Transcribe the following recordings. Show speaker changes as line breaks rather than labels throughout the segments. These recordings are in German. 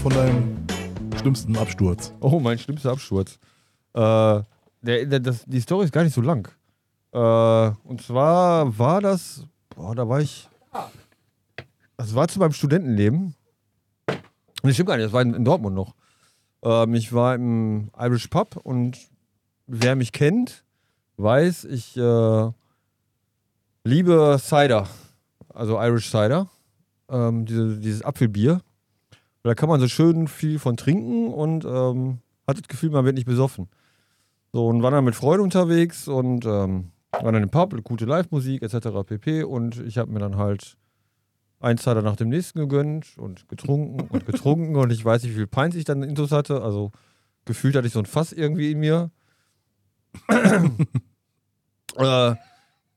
von deinem schlimmsten Absturz.
Oh, mein schlimmster Absturz. Äh, der, der, das, die Story ist gar nicht so lang. Äh, und zwar war das, boah, da war ich. Das war zu meinem Studentenleben. Nee, stimmt gar nicht, das war in, in Dortmund noch. Ähm, ich war im Irish Pub und wer mich kennt, weiß, ich äh, liebe Cider. Also Irish Cider. Ähm, diese, dieses Apfelbier. Und da kann man so schön viel von trinken und ähm, hat das Gefühl, man wird nicht besoffen. So, und war dann mit Freude unterwegs und ähm, war dann im Pub, gute Live-Musik etc. pp. Und ich habe mir dann halt ein Cider nach dem nächsten gegönnt und getrunken und getrunken und ich weiß nicht, wie viel Pints ich dann intus hatte. Also gefühlt hatte ich so ein Fass irgendwie in mir. äh,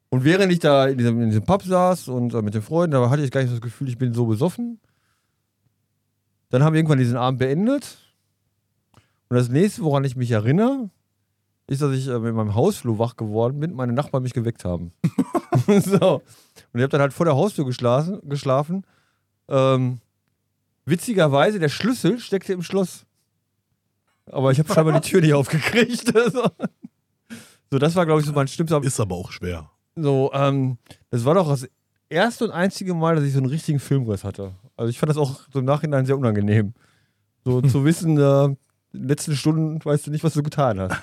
und während ich da in diesem, in diesem Pub saß und äh, mit den Freunden, da hatte ich gar nicht das Gefühl, ich bin so besoffen. Dann haben wir irgendwann diesen Abend beendet. Und das nächste, woran ich mich erinnere, ist, dass ich äh, in meinem Hausflur wach geworden bin und meine Nachbarn mich geweckt haben. so. Und ich habe dann halt vor der Haustür geschlafen. geschlafen. Ähm, witzigerweise, der Schlüssel steckte im Schloss. Aber ich habe scheinbar die Tür nicht aufgekriegt. so. so, das war, glaube ich, so mein schlimmster
Ist aber auch schwer.
so, ähm, das war doch das erste und einzige Mal, dass ich so einen richtigen Filmriss hatte. Also ich fand das auch so im Nachhinein sehr unangenehm. So zu wissen, äh, in den letzten Stunden weißt du nicht, was du getan hast.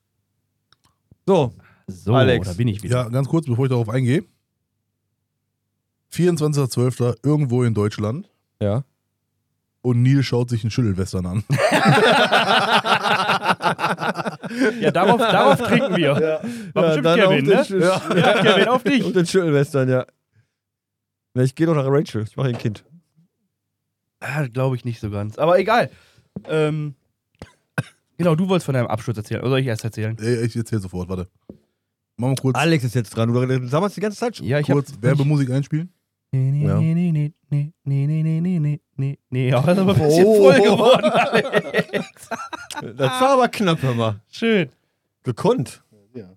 so,
So,
Alex.
da bin ich wieder.
Ja, ganz kurz, bevor ich darauf eingehe. 24.12. irgendwo in Deutschland
ja.
und Neil schaut sich einen Schüttelwestern an.
Ja, darauf, darauf trinken wir. War bestimmt
dann
Kevin,
auf
ne?
den Sch-
Ja, Kevin, auf dich.
Und den Schüttelwestern, ja. Na, ich gehe doch nach Rachel. Ich mache ihr ein Kind.
Ah, Glaube ich nicht so ganz. Aber egal. Ähm, genau, du wolltest von deinem Absturz erzählen. Oder soll ich erst erzählen?
Ey, Äh, Ich erzähle sofort, warte. Machen wir kurz,
Alex ist jetzt dran. Du sammelst die ganze Zeit schon.
Ja, ich
kurz
hab.
Werbemusik einspielen.
Nee, nee,
Ja.
nee, nee, nee, nee, nee, nee, nee, nee, nee, nee, nee. Aber das ist aber ein bisschen
Oh.
voll geworden, Alex.
Das war aber knapp, hör mal.
Schön.
Gekonnt.
Ja,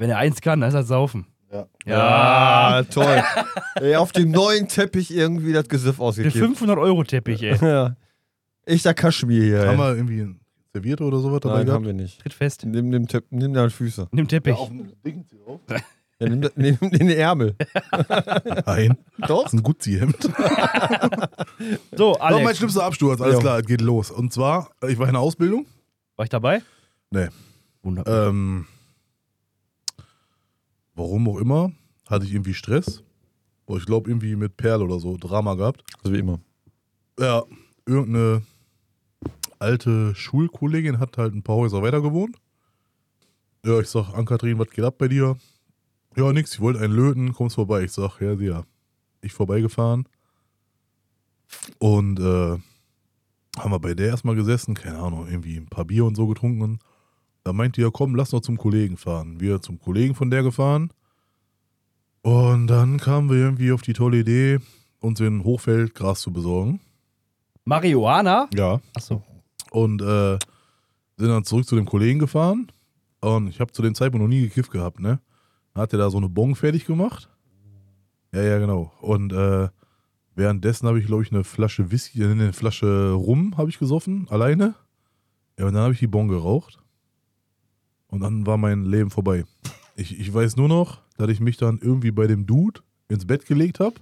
wenn er eins kann, dann ist das Saufen.
Ja.
Ja.
Ah, toll. ey, auf dem neuen Teppich irgendwie das Gesiff
Der
ausgekippt.
500-Euro-Teppich, ey.
Ja. Echter Kaschmir hier.
Haben
ey.
wir irgendwie ein Serviette oder sowas dabei
Nein, haben
gehabt?
wir nicht.
Tritt fest.
Nimm, nimm, Tepp- nimm deine Füße.
Nimm Teppich.
dem Ding drauf.
Ja, nimm, da- nimm den Ärmel.
Nein,
Doch.
das ist ein Guzzi-Hemd.
So,
Aber mein
Alex.
schlimmster Absturz, alles
Jo.
klar, es geht los. Und zwar, ich war in der Ausbildung.
War ich dabei?
Nee.
Wunderbar.
Ähm, warum auch immer, hatte ich irgendwie Stress. Oh, Ich glaube, irgendwie mit Perl oder so, Drama gehabt.
Also wie immer.
Ja, irgendeine alte Schulkollegin hat halt ein paar Häuser weiter gewohnt. Ja, ich sag, Ann-Kathrin, was geht ab bei dir? Ja, nix, ich wollte einen löten, kommst vorbei. Ich sag, ja, ja. Ich vorbeigefahren. Und äh, haben wir bei der erstmal gesessen, keine Ahnung, irgendwie ein paar Bier und so getrunken. Da meinte die, ja komm, lass doch zum Kollegen fahren. Wir zum Kollegen von der gefahren. Und dann kamen wir irgendwie auf die tolle Idee, uns in Hochfeld Gras zu besorgen.
Marihuana?
Ja.
Achso.
Und äh, sind dann zurück zu dem Kollegen gefahren. Und ich habe zu dem Zeitpunkt noch nie gekifft gehabt, ne? Dann hat er da so eine Bon fertig gemacht. Ja, ja, genau. Und äh, währenddessen habe ich, glaube ich, eine Flasche Whisky, äh, eine Flasche Rum habe ich gesoffen, alleine. Ja, und dann habe ich die Bon geraucht. Und dann war mein Leben vorbei. Ich, ich weiß nur noch, dass ich mich dann irgendwie bei dem Dude ins Bett gelegt habe.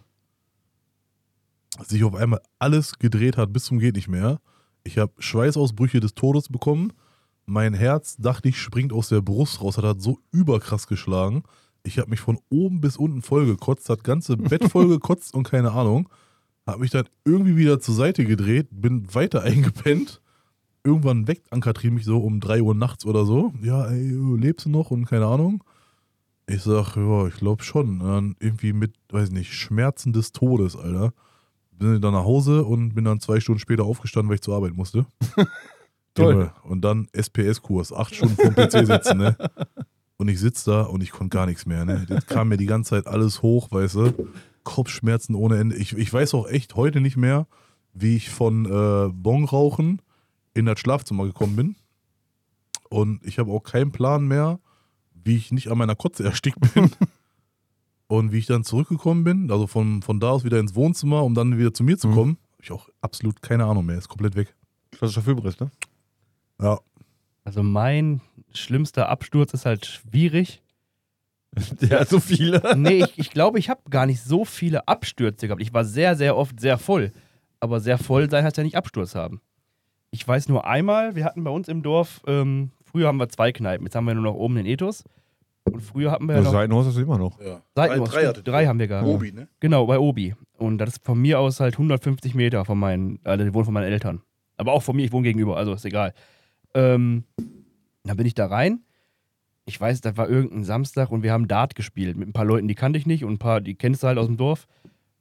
Sich auf einmal alles gedreht hat bis zum geht nicht mehr. Ich habe Schweißausbrüche des Todes bekommen. Mein Herz, dachte ich, springt aus der Brust raus. Das hat so überkrass geschlagen. Ich habe mich von oben bis unten vollgekotzt, das ganze Bett vollgekotzt und keine Ahnung. Habe mich dann irgendwie wieder zur Seite gedreht, bin weiter eingepennt. Irgendwann weckt Ann-Kathrin mich so um 3 Uhr nachts oder so. Ja, ey, lebst du noch und keine Ahnung. Ich sag, ja, ich glaube schon. Und dann irgendwie mit, weiß nicht, Schmerzen des Todes, Alter bin dann nach Hause und bin dann zwei Stunden später aufgestanden, weil ich zur Arbeit musste.
Toll.
Junge, Und dann SPS-Kurs, acht Stunden vom PC sitzen, ne? Und ich sitze da und ich konnte gar nichts mehr, ne? Das kam mir die ganze Zeit alles hoch, weißt du? Kopfschmerzen ohne Ende. Ich, ich weiß auch echt heute nicht mehr, wie ich von äh, Bon rauchen in das Schlafzimmer gekommen bin. Und ich habe auch keinen Plan mehr, wie ich nicht an meiner Kotze erstickt bin. Und wie ich dann zurückgekommen bin, also von, von da aus wieder ins Wohnzimmer, um dann wieder zu mir zu
Mhm.
kommen, Hab ich auch absolut keine Ahnung mehr. Ist komplett weg.
Klassischer Filmriss, ne?
Ja.
Also mein schlimmster Absturz ist halt schwierig.
Der hat so viele.
Nee, ich, ich glaube, ich habe gar nicht so viele Abstürze gehabt. Ich war sehr, sehr oft sehr voll. Aber sehr voll sein heißt ja nicht Absturz haben. Ich weiß nur einmal, wir hatten bei uns im Dorf, ähm, früher haben wir zwei Kneipen, jetzt haben wir nur noch oben den Ethos. Und früher hatten wir ja
Ja,
noch
Seitenhaus hast du immer noch.
ja.
Seitenhaus, stimmt, drei haben wir gehabt.
Obi, ne?
Genau, bei Obi. Und das ist von mir aus halt 150 Meter von meinen, also die wohnen von meinen Eltern. Aber auch von mir, ich wohne gegenüber, also ist egal. Ähm, dann bin ich da rein. Ich weiß, das war irgendein Samstag und wir haben Dart gespielt mit ein paar Leuten, die kannte ich nicht und ein paar, die kennst du halt aus dem Dorf.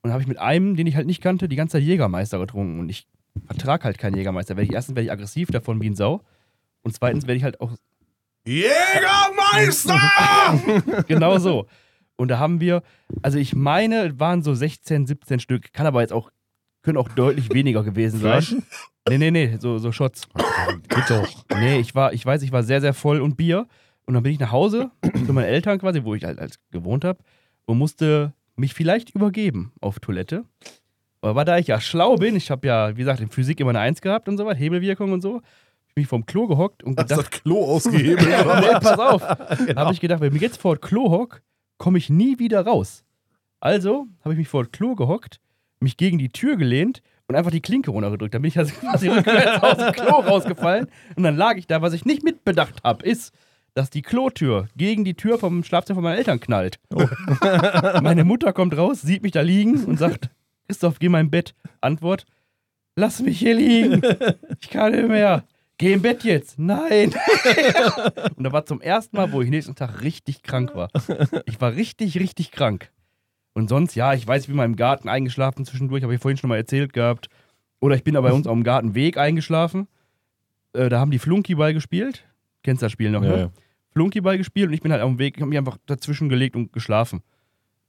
Und habe ich mit einem, den ich halt nicht kannte, die ganze Zeit Jägermeister getrunken. Und ich vertrag halt keinen Jägermeister. Werd ich, erstens werde ich aggressiv davon wie ein Sau. Und zweitens werde ich halt auch
Jägermeister!
genau so. Und da haben wir, also ich meine, es waren so 16, 17 Stück, kann aber jetzt auch, können auch deutlich weniger gewesen sein.
Flaschen?
Nee, nee, nee, so, so Shots.
Geht doch.
Nee, ich war, ich weiß, ich war sehr, sehr voll und Bier. Und dann bin ich nach Hause zu meinen Eltern quasi, wo ich halt als gewohnt habe, und musste mich vielleicht übergeben auf Toilette. Aber da ich ja schlau bin, ich habe ja, wie gesagt, in Physik immer eine Eins gehabt und so was, Hebelwirkung und so, hab ich mich vom Klo gehockt und
Hast
gedacht,
das Klo ausgehebelt?
aber nee, pass auf. Habe ich gedacht, wenn ich mich jetzt vor das Klo hock, komme ich nie wieder raus. Also habe ich mich vor das Klo gehockt, mich gegen die Tür gelehnt und einfach die Klinke runtergedrückt. Dann bin ich also quasi rückwärts aus dem Klo rausgefallen und dann lag ich da. Was ich nicht mitbedacht habe, ist, dass die Klotür gegen die Tür vom Schlafzimmer von meinen Eltern knallt. Meine Mutter kommt raus, sieht mich da liegen und sagt: Christoph, geh mal im Bett. Antwort: Lass mich hier liegen. Ich kann nicht mehr. Geh im Bett jetzt. Nein. Und da war zum ersten Mal, wo ich nächsten Tag richtig krank war. Ich war richtig, richtig krank. Und sonst, ja, ich weiß, ich bin mal im Garten eingeschlafen zwischendurch, habe ich vorhin schon mal erzählt gehabt. Oder ich bin da bei uns auf dem Gartenweg eingeschlafen. Äh, da haben die Flunkyball gespielt. Kennst das Spiel noch, ne?
Ja, ja.
Flunkyball gespielt und ich bin halt auf dem Weg, ich habe mich einfach dazwischen gelegt und geschlafen.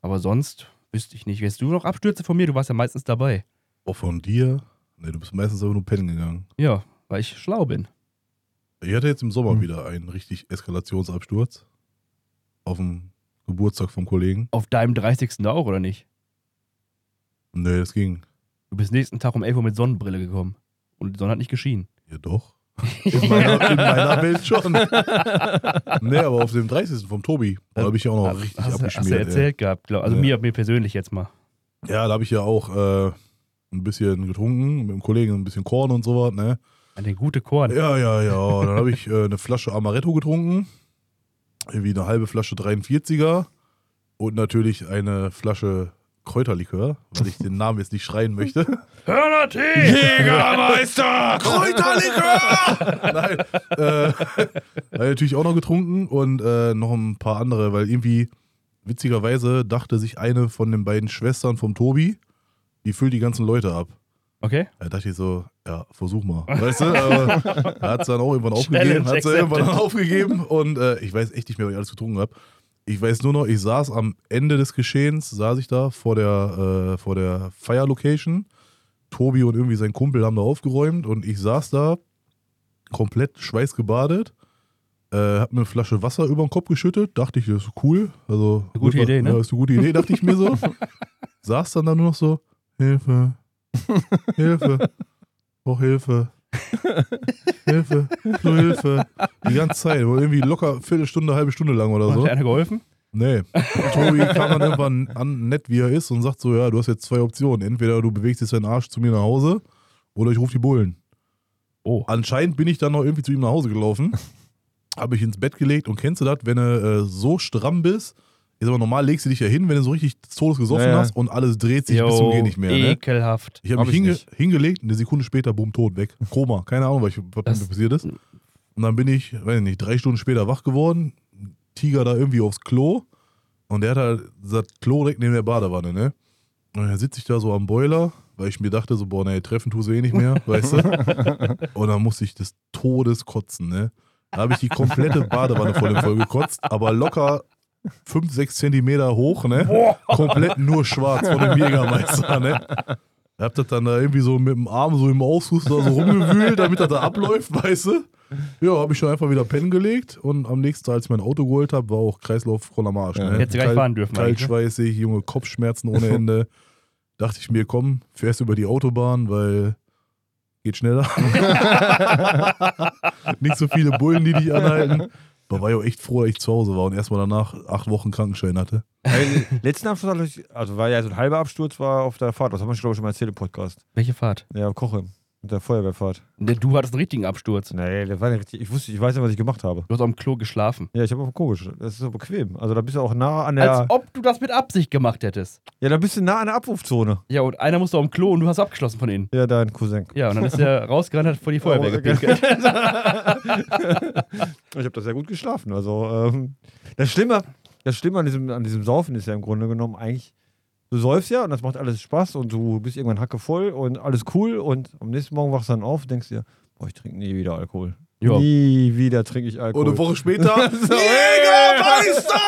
Aber sonst wüsste ich nicht. Weißt du noch Abstürze von mir? Du warst ja meistens dabei.
Oh, von dir? Nee, du bist meistens aber nur pennen gegangen.
Ja, weil ich schlau bin.
Ich hatte jetzt im Sommer
Hm.
wieder einen richtig Eskalationsabsturz. Auf dem Geburtstag vom Kollegen.
Auf deinem 30. auch, oder nicht?
Nee, das ging.
Du bist nächsten Tag um 11 Uhr mit Sonnenbrille gekommen. Und die Sonne hat nicht geschienen.
Ja, doch. In meiner, in meiner Welt schon. Nee, aber auf dem 30. vom Tobi. Da habe ich ja auch noch
Hast-
Oh, richtig
hast,
abgeschmiert.
hast du
ey.
erzählt gehabt, glaub, also
Ja.
mir, mir persönlich jetzt mal.
Ja, da habe ich ja auch äh, ein bisschen getrunken, mit dem Kollegen ein bisschen Korn und sowas, ne?
An den gute Korn.
Ja, ja, ja. Dann habe ich äh, eine Flasche Amaretto getrunken, irgendwie eine halbe Flasche 43er und natürlich eine Flasche Kräuterlikör, weil ich den Namen jetzt nicht schreien möchte.
Hörnertee!
Jägermeister!
Kräuterlikör! Nein. Äh, hab natürlich auch noch getrunken und äh, noch ein paar andere, weil irgendwie witzigerweise dachte sich eine von den beiden Schwestern vom Tobi, die füllt die ganzen Leute ab.
Okay.
Da dachte ich so, ja, versuch mal. Weißt du, aber hat es dann auch irgendwann aufgegeben.
Challenge
Hat irgendwann
accepted.
aufgegeben und äh, ich weiß echt nicht mehr, was ich alles getrunken habe. Ich weiß nur noch, ich saß am Ende des Geschehens, saß ich da vor der, äh, vor der Fire Location. Tobi und irgendwie sein Kumpel haben da aufgeräumt und ich saß da komplett schweißgebadet, äh, hab mir eine Flasche Wasser über den Kopf geschüttet, dachte ich, das ist cool. Also,
Eine gute
wird-
Idee, ne?
Ja, ist eine gute Idee, dachte ich mir so. saß dann da nur noch so, Hilfe. Hilfe. Oh, Hilfe. Hilfe. Nur Hilfe. Die ganze Zeit. Und irgendwie locker Viertelstunde, halbe Stunde lang oder
Hat
so.
dir einer geholfen?
Nee. Tobi kam dann irgendwann an, nett wie er ist, und sagt so: Ja, du hast jetzt zwei Optionen. Entweder du bewegst jetzt deinen Arsch zu mir nach Hause oder ich rufe die Bullen.
Oh.
Anscheinend bin ich dann noch irgendwie zu ihm nach Hause gelaufen. Habe ich ins Bett gelegt und kennst du das, wenn du äh, so stramm bist? Ist aber normal, legst du dich ja hin, wenn du so richtig des Todes gesoffen
Ja, eh ja.
hast und alles dreht sich bis zum Geh nicht mehr. Ne?
ekelhaft.
Ich habe
Hab
mich
ich
hinge
nicht.
hingelegt, eine Sekunde später, boom, tot, weg. Koma, keine Ahnung, was, ich, was
Das-
mir passiert ist. Und dann bin ich, weiß ich nicht, drei Stunden später wach geworden, Tiger da irgendwie aufs Klo und der hat halt das Klo direkt neben der Badewanne, ne? Und dann sitze ich da so am Boiler, weil ich mir dachte so, boah, nee, treffen tust du eh nicht mehr, weißt du? Und dann musste ich des Todes kotzen, ne? Da habe ich die komplette Badewanne voll im Voll gekotzt, aber locker 5, 6 Zentimeter hoch, ne? Komplett nur schwarz von dem Jägermeister, ne? Ich hab das dann da irgendwie so mit dem Arm so im Ausguss da so rumgewühlt, damit das da abläuft, weißt du? Ja, hab ich schon einfach wieder pennen gelegt und am nächsten Tag, als ich mein Auto geholt habe, war auch Kreislauf voll am Arsch.
Ja.
Ne?
Hättest du gar nicht fahren dürfen eigentlich, ne?
Kaltschweißig, Junge, Kopfschmerzen ohne Ende. dachte ich mir, komm, fährst über die Autobahn, weil geht schneller. Nicht so viele Bullen, die dich anhalten. Aber war ja auch echt froh, dass ich zu Hause war und erstmal danach acht Wochen Krankenschein hatte.
Letzten Absturz hatte ich, also war ja so ein halber Absturz war auf der Fahrt. Das haben wir, glaube ich, schon mal erzählt im Podcast.
Welche Fahrt?
Ja, Koche. Mit der Feuerwehrfahrt.
Ne, Du hattest einen richtigen Absturz.
Nee, das war nicht richtig. Ich wusste, ich weiß nicht, was ich gemacht habe.
Du hast am Klo geschlafen.
Ja, ich habe auch komisch. Das ist so bequem. Also da bist du auch nah an der.
Als ob du das mit Absicht gemacht hättest.
Ja, da bist du nah an der Abrufzone.
Ja, und einer musste am Klo und du hast abgeschlossen von ihnen.
Ja, dein Cousin.
Ja, und dann ist er rausgerannt, hat vor die Feuerwehr
Oh, okay.
gepinkelt.
Ich habe das sehr gut geschlafen. Also ähm, das Schlimme, das Schlimme an diesem, an diesem Saufen ist ja im Grunde genommen eigentlich, du säufst ja und das macht alles Spaß und du bist irgendwann hacke voll und alles cool und am nächsten Morgen wachst du dann auf und denkst dir, boah, ich trinke nie wieder Alkohol.
Ja.
Nie wieder trinke ich Alkohol.
Und eine Woche später,
So,
Jägermeister!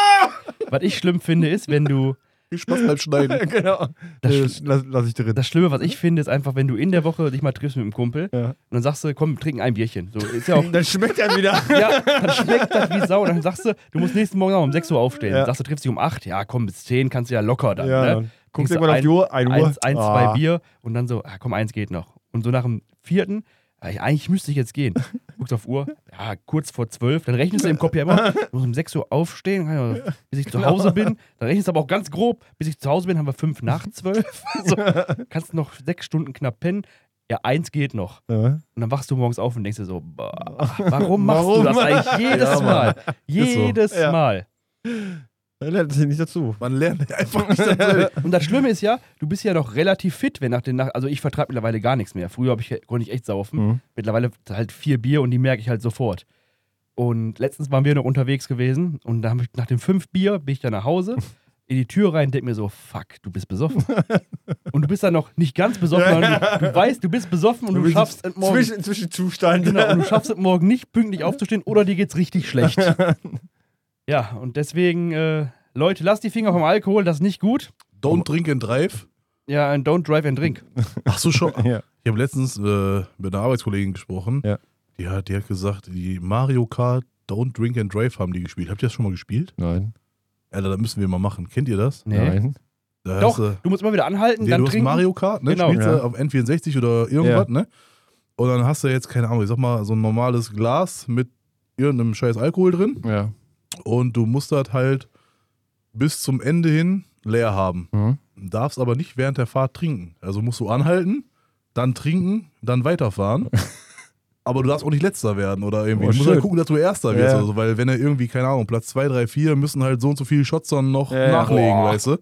Was ich schlimm finde, ist, wenn du.
Viel Spaß beim Schneiden.
genau.
Das
Das
sch-
lass, lass ich drin.
Das Schlimme, was ich finde, ist einfach, wenn du in der Woche dich mal triffst mit einem Kumpel
Ja.
und dann sagst du, komm, wir trinken ein Bierchen. So, ist ja auch.
Dann schmeckt er wieder.
Ja, dann schmeckt das wie Sau. Und dann sagst du, du musst nächsten Morgen auch um 6 Uhr aufstehen.
Ja.
Dann sagst du, triffst dich um 8. Ja, komm, bis 10 kannst du ja locker dann.
Ja,
ne?
dann guckst
Trinkst du
irgendwann auf die Uhr, 1 Uhr.
Eins, eins
Ah.
zwei Bier und dann so, ah, komm, eins geht noch. Und so nach dem vierten, ah, ich- eigentlich müsste ich jetzt gehen. Guckst auf Uhr, ja, kurz vor zwölf, dann rechnest du im Kopf ja immer, ich muss um 6 Uhr aufstehen, kann ich noch- bis ich zu Hause bin. Dann rechnest du aber auch ganz grob, bis ich zu Hause bin, haben wir fünf nach zwölf. So, kannst noch sechs Stunden knapp pennen. Ja, eins geht noch.
Ja.
Und dann wachst du morgens auf und denkst dir so, bah, warum machst
Warum?
du das eigentlich jedes
Ja, Mann.
Mal?
Ist so.
Jedes
Ja.
Mal.
Dann lernt es nicht dazu.
Man lernt einfach nicht dazu.
Und das Schlimme ist ja, du bist ja noch relativ fit, wenn nach den Nacht. Also ich vertreibe mittlerweile gar nichts mehr. Früher hab ich, konnte ich echt saufen.
Mhm.
Mittlerweile halt vier Bier und die merke ich halt sofort. Und letztens waren wir noch unterwegs gewesen und da hab ich, nach dem fünf Bier bin ich dann nach Hause, in die Tür rein, denk mir so, fuck, du bist besoffen. und du bist dann noch nicht ganz besoffen, sondern du, du weißt, du bist besoffen und du,
bist
schaffst es morgen.
Zwischen, Zwischenzustand.
Genau, und du schaffst es morgen nicht pünktlich aufzustehen oder dir geht's richtig schlecht. ja, und deswegen, äh, Leute, lasst die Finger vom Alkohol, das ist nicht gut.
Don't drink and drive.
Ja, ein Don't Drive and Drink.
Ach so, schon.
Ja.
Ich habe letztens äh, mit einer Arbeitskollegin gesprochen.
Ja.
Die, hat, die hat gesagt, die Mario Kart Don't Drink and Drive haben die gespielt. Habt ihr das schon mal gespielt?
Nein.
Alter, das müssen wir mal machen. Kennt ihr das?
Nee.
Nein.
Da
Doch,
hast du-
du musst immer wieder anhalten,
Nee,
dann
du hast
trinken.
äh, Mario Kart, ne?
Genau.
Spielst
Ja.
du auf N64 oder irgendwas, ne? Und dann hast du jetzt, keine Ahnung, ich sag mal, so ein normales Glas mit irgendeinem scheiß Alkohol drin.
Ja.
Und du musst das halt bis zum Ende hin leer haben.
Mhm.
Darfst aber nicht während der Fahrt trinken. Also musst du anhalten, dann trinken, dann weiterfahren. aber du darfst auch nicht letzter werden oder irgendwie.
Oh,
du musst
schön.
halt gucken, dass du erster wirst.
Ja.
Oder so, weil wenn er irgendwie, keine Ahnung, Platz 2, 3, 4 müssen halt so und so viele Shots dann noch
Ja, ja.
nachlegen,
Boah.
weißt du?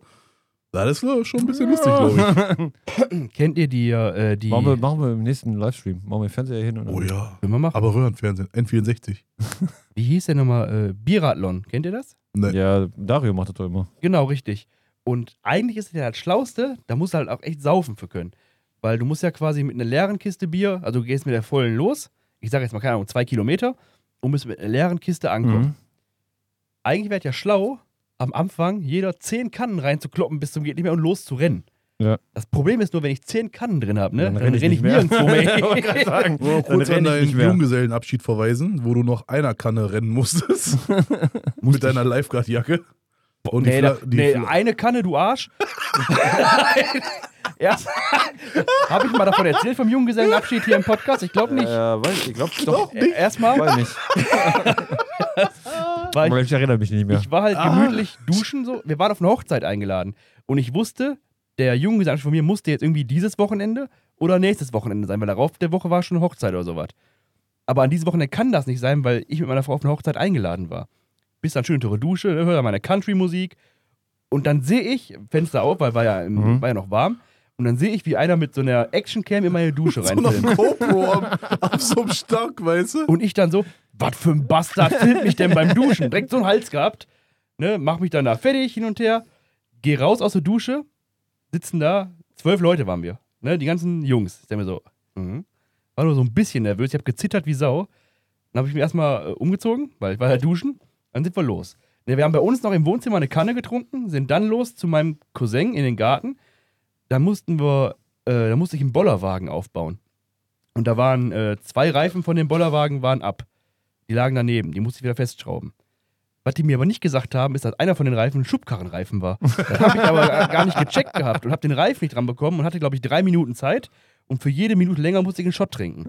Das ist äh, schon ein bisschen lustig, glaube ich.
Kennt ihr die, äh, die
Machen wir, machen wir im nächsten Livestream. Machen wir den Fernseher hin und
Oh ja.
Können wir machen?
Aber Röhrenfernsehen, N64.
Wie hieß der nochmal? Äh, Biathlon. Kennt ihr das?
Ne.
Ja, Dario macht das doch immer.
Genau, richtig. Und eigentlich ist der das Schlauste, da musst du halt auch echt saufen für können. Weil du musst ja quasi mit einer leeren Kiste Bier, also du gehst mit der vollen los, ich sage jetzt mal, keine Ahnung, zwei Kilometer, und musst mit einer leeren Kiste ankommen. Eigentlich wäre ja schlau, am Anfang jeder zehn Kannen reinzukloppen bis zum geht nicht mehr und loszurennen.
Ja.
Das Problem ist nur, wenn ich zehn Kannen drin habe, ne,
Dann
dann,
renn ich
renne ich
nicht mehr.
nirgendwo
wollte gerade
mehr.
sagen,
Wollen wir
dann
kurz an
renn ich
deinen
nicht mehr.
Junggesellenabschied verweisen, wo du noch einer Kanne rennen musstest. mit deiner Lifeguard-Jacke. Und
nee, da,
Fla-
nee
Fla-
eine Kanne, du Arsch. ja, habe ich mal davon erzählt, vom Junggesellenabschied hier im Podcast? Ich glaube nicht.
Ja, weiß ich, ich glaub doch.
Äh, Erstmal
Weiß nicht.
war
Aber
ich,
ich erinnere mich nicht mehr.
ich war halt
Ah.
gemütlich duschen so. Wir waren auf eine Hochzeit eingeladen und ich wusste, der Junggesellenabschied von mir musste jetzt irgendwie dieses Wochenende oder nächstes Wochenende sein, weil darauf der Woche war schon eine Hochzeit oder sowas. Aber an diesem Wochenende kann das nicht sein, weil ich mit meiner Frau auf eine Hochzeit eingeladen war. Bis dann schön teure Dusche, höre dann meine Country-Musik und dann sehe ich, Fenster auf, weil war ja, im,
Mhm.
war ja noch warm, und dann sehe ich, wie einer mit so einer Actioncam in meine Dusche
so
reinfilmt.
noch GoPro am, auf so einem Stock, weißt du?
Und ich dann so, was für ein Bastard filmt mich denn beim Duschen? Direkt so einen Hals gehabt. Ne, mach mich danach fertig hin und her. Geh raus aus der Dusche. Sitzen da, zwölf Leute waren wir. Ne, die ganzen Jungs. Ich denk mir so, mhm. war nur so ein bisschen nervös. Ich habe gezittert wie Sau. Dann habe ich mich erstmal äh, umgezogen, weil ich war ja duschen. Dann sind wir los. Ne, wir haben bei uns noch im Wohnzimmer eine Kanne getrunken, sind dann los zu meinem Cousin in den Garten. Da mussten wir, äh, da musste ich einen Bollerwagen aufbauen. Und da waren äh, zwei Reifen von dem Bollerwagen waren ab. Die lagen daneben, die musste ich wieder festschrauben. Was die mir aber nicht gesagt haben, ist, dass einer von den Reifen ein Schubkarrenreifen war. Das habe ich aber gar nicht gecheckt gehabt und habe den Reifen nicht dran bekommen und hatte, glaube ich, drei Minuten Zeit. Und für jede Minute länger musste ich einen Shot trinken.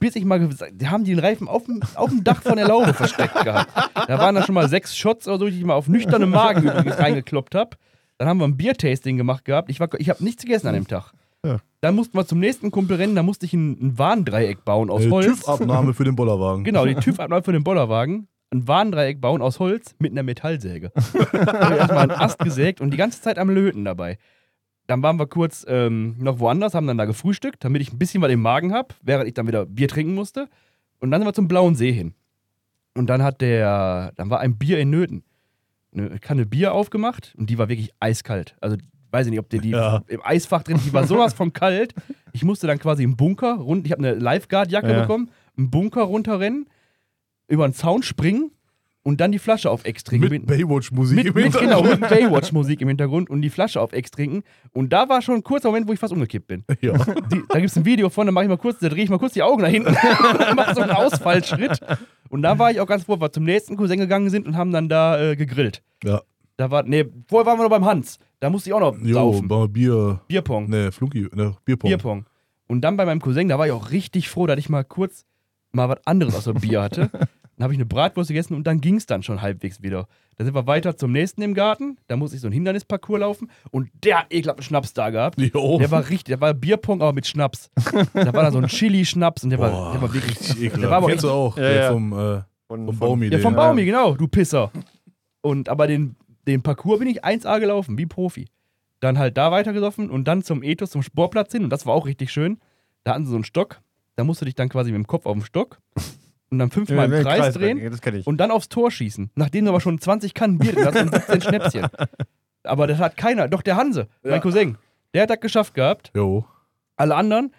Bis ich mal gesagt die haben die den Reifen auf dem, auf dem Dach von der Laube versteckt gehabt. Da waren dann schon mal sechs Shots oder so, die ich mal auf nüchternem Magen übrigens reingekloppt habe. Dann haben wir ein Biertasting gemacht gehabt. Ich, war- ich habe nichts gegessen an dem Tag.
Ja.
Dann mussten wir zum nächsten Kumpel rennen, da musste ich ein, ein Warndreieck bauen aus
Äh,
Holz.
TÜV-Abnahme für den Bollerwagen.
Genau, die TÜV-Abnahme für den Bollerwagen. Ein Warndreieck bauen aus Holz mit einer Metallsäge. Hab ich erstmal einen Ast gesägt und die ganze Zeit am Löten dabei. Dann waren wir kurz ähm, noch woanders, haben dann da gefrühstückt, damit ich ein bisschen was im Magen habe, während ich dann wieder Bier trinken musste. Und dann sind wir zum Blauen See hin. Und dann hat der, dann war ein Bier in Nöten. Eine Kanne Bier aufgemacht und die war wirklich eiskalt. Also weiß ich nicht, ob der die
Ja.
im Eisfach drin, die war sowas von kalt. Ich musste dann quasi im Bunker rund, ich habe eine Lifeguard-Jacke
Ja.
bekommen, im Bunker runterrennen, über den Zaun springen und dann die Flasche auf Ex trinken.
Mit Baywatch-Musik
mit,
im
mit,
Hintergrund.
genau, mit Baywatch-Musik im Hintergrund und die Flasche auf Ex trinken. Und da war schon ein kurzer Moment, wo ich fast umgekippt bin.
Ja.
Die, da gibt es ein Video von, da mache ich mal kurz, da drehe ich mal kurz die Augen nach hinten und mache so einen Ausfallschritt. Und da war ich auch ganz froh, weil wir zum nächsten Cousin gegangen sind und haben dann da äh, gegrillt.
ja.
Da war, nee, vorher waren wir noch beim Hans. Da musste ich auch noch
Jo,
laufen.
ba- Bier.
Bierpong.
Ne, Flunky. Ne, Bierpong.
Bierpong. Und dann bei meinem Cousin, da war ich auch richtig froh, dass ich mal kurz mal was anderes außer Bier hatte. Dann habe ich eine Bratwurst gegessen und dann ging es dann schon halbwegs wieder. Dann sind wir weiter zum nächsten im Garten. Da muss ich so einen Hindernisparcours laufen und der hat ekelhaften Schnaps da gehabt.
Jo.
Der war richtig, der war Bierpong, aber mit Schnaps. Da war da so ein Chili-Schnaps und der war,
Boah,
der war wirklich.
richtig ekelhaft.
Der war aber
Kennst du
echt-
auch.
Ja,
der
ja.
vom, äh,
Von,
vom Baumi.
Der
den.
vom Baumi, genau, du Pisser. Und aber den, den Parcours bin ich 1A gelaufen, wie Profi. Dann halt da weitergesoffen und dann zum Ethos, zum Sportplatz hin. Und das war auch richtig schön. Da hatten sie so einen Stock. Da musst du dich dann quasi mit dem Kopf auf den Stock und dann fünfmal im Kreis drehen
Das kenne ich.
und dann aufs Tor schießen. Nachdem du aber schon 20 Kannen Bier drin hast und 17 Schnäpschen. Aber das hat keiner. Doch der Hanse, mein
Ja.
Cousin, der hat das geschafft gehabt.
Jo.
Alle anderen,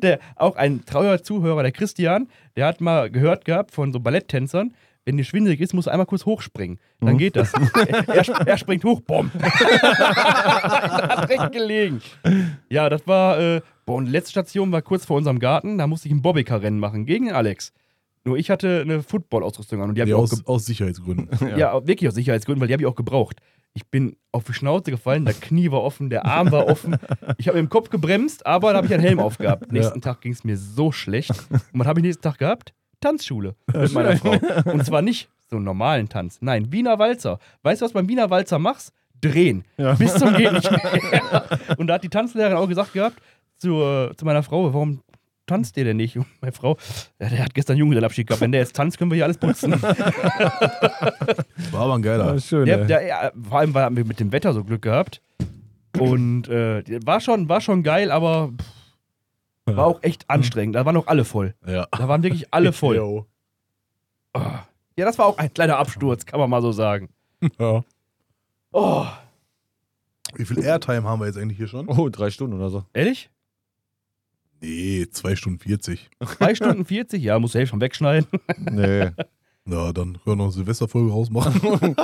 der, auch ein treuer Zuhörer, der Christian, der hat mal gehört gehabt von so Balletttänzern, wenn dir schwindelig ist, musst du einmal kurz hochspringen. Dann geht das. er, er, er springt hoch, bomb. hat recht gelegen. Ja, das war, äh, boah, und die letzte Station war kurz vor unserem Garten, da musste ich ein Bobbycar-Rennen machen gegen den Alex. Nur ich hatte eine Football-Ausrüstung an und die habe
Nee,
ich auch ge
aus, aus Sicherheitsgründen.
ja. wirklich aus Sicherheitsgründen, weil die habe ich auch gebraucht. Ich bin auf die Schnauze gefallen, der Knie war offen, der Arm war offen. Ich habe im Kopf gebremst, aber da habe ich einen Helm aufgehabt. Nächsten Tag ging es mir so schlecht. Und was habe ich nächsten Tag gehabt? Tanzschule mit meiner Frau. Und zwar nicht so einen normalen Tanz. Nein, Wiener Walzer. Weißt du, was beim Wiener Walzer machst? Drehen.
Ja.
Bis zum Geht nicht mehr. Und da hat die Tanzlehrerin auch gesagt gehabt zu, zu meiner Frau, warum tanzt ihr denn nicht? Und meine Frau, ja, der hat gestern Junggesellenabschied gehabt. Wenn der jetzt tanzt, können wir hier alles putzen.
War aber ein geiler.
Ja, schön.
Der,
ey.
der, ja, vor allem weil- haben wir mit dem Wetter so Glück gehabt. Und äh, die- war, schon, war schon geil, aber pff, war auch echt anstrengend. Da waren auch alle voll.
Ja.
Da waren wirklich alle voll. Oh.
Jo.
Ja, das war auch ein kleiner Absturz, kann man mal so sagen.
Ja.
Oh,
Wie viel Airtime haben wir jetzt eigentlich hier schon?
oh, drei Stunden oder so.
ehrlich?
Nee, 2 Stunden 40.
2 Stunden 40? Ja, muss ja schon wegschneiden.
Nee.
Na, dann können wir noch eine Silvesterfolge rausmachen.
Wollen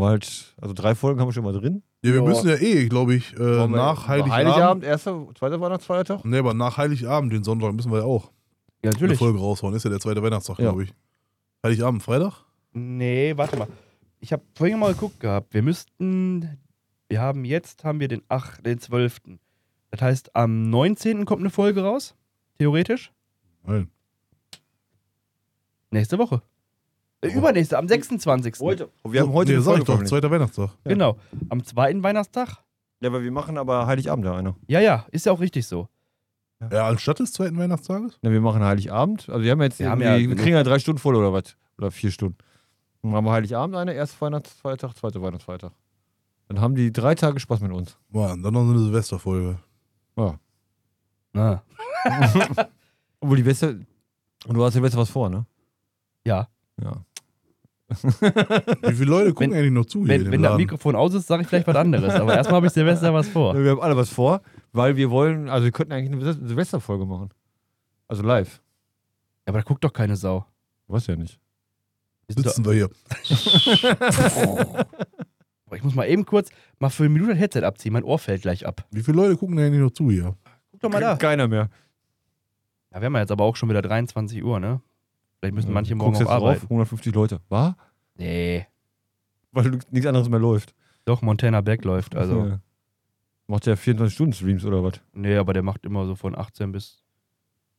wir halt, also drei Folgen haben wir schon mal drin.
ja, wir
Ja.
müssen ja eh, glaube ich, äh,
Wollen wir-
nach Heiligabend.
Heiligabend, erster, zweiter Weihnachtsfeiertag.
Nee, aber nach Heiligabend, den Sonntag, müssen wir ja auch
Ja,
eine Folge raushauen. Ist ja der zweite Weihnachtstag,
Ja.
glaube ich. Heiligabend, Freitag?
Nee, warte mal. Ich habe vorhin mal geguckt gehabt. Wir müssten, wir haben jetzt, haben wir den 8., den 12. Das heißt, am 19. kommt eine Folge raus, theoretisch.
Nein.
Nächste Woche. Äh, Übernächste, am 26.
Wir haben heute
nee,
eine
sag
Folge
ich doch,
veröffentlicht.
zweiter Weihnachtstag.
Ja.
Genau. Am zweiten Weihnachtstag?
Ja, aber wir machen aber Heiligabend ja eine.
Ja, ja, ist ja auch richtig so.
Ja, anstatt des zweiten Weihnachtstages?
Ne, wir machen Heiligabend. Also wir haben jetzt,
Wir haben
irgendwie-
ja-
wir kriegen ja drei Stunden voll oder was? Oder vier Stunden. Dann haben wir Heiligabend eine, erster Weihnachtsfeiertag, zweiter Weihnachtsfeiertag. Dann haben die drei Tage Spaß mit uns.
Mann, dann noch so eine Silvesterfolge.
Ah.
Obwohl die Beste, und du hast ja besser was vor, ne?
Ja.
Ja.
Wie viele Leute gucken
Wenn-
eigentlich noch zu hier in
Wenn,
dem
wenn das
Laden?
Mikrofon aus ist, sage ich vielleicht was anderes. Aber erstmal habe ich Silvester was vor.
Wir haben alle was vor, weil wir wollen, also wir könnten eigentlich eine Silvesterfolge machen. Also live.
Aber da guckt doch keine Sau.
Weiß ja nicht.
Wir sind
Sitzen wir hier.
doch- Ich muss mal eben kurz mal für eine Minute das Headset abziehen. Mein Ohr fällt gleich ab.
Wie viele Leute gucken denn eigentlich noch zu hier?
Guck doch mal da.
Keiner mehr.
Ja, wir haben ja jetzt aber auch schon wieder 23 Uhr, ne? Vielleicht müssen manche
Du
morgen
guckst
auch
jetzt drauf,
arbeiten.
150 Leute. War?
Nee.
weil nichts anderes mehr läuft.
Doch, Montana Black läuft. Also.
Ja. Macht ja 24-Stunden-Streams oder was?
Nee, aber der macht immer so von 18 bis.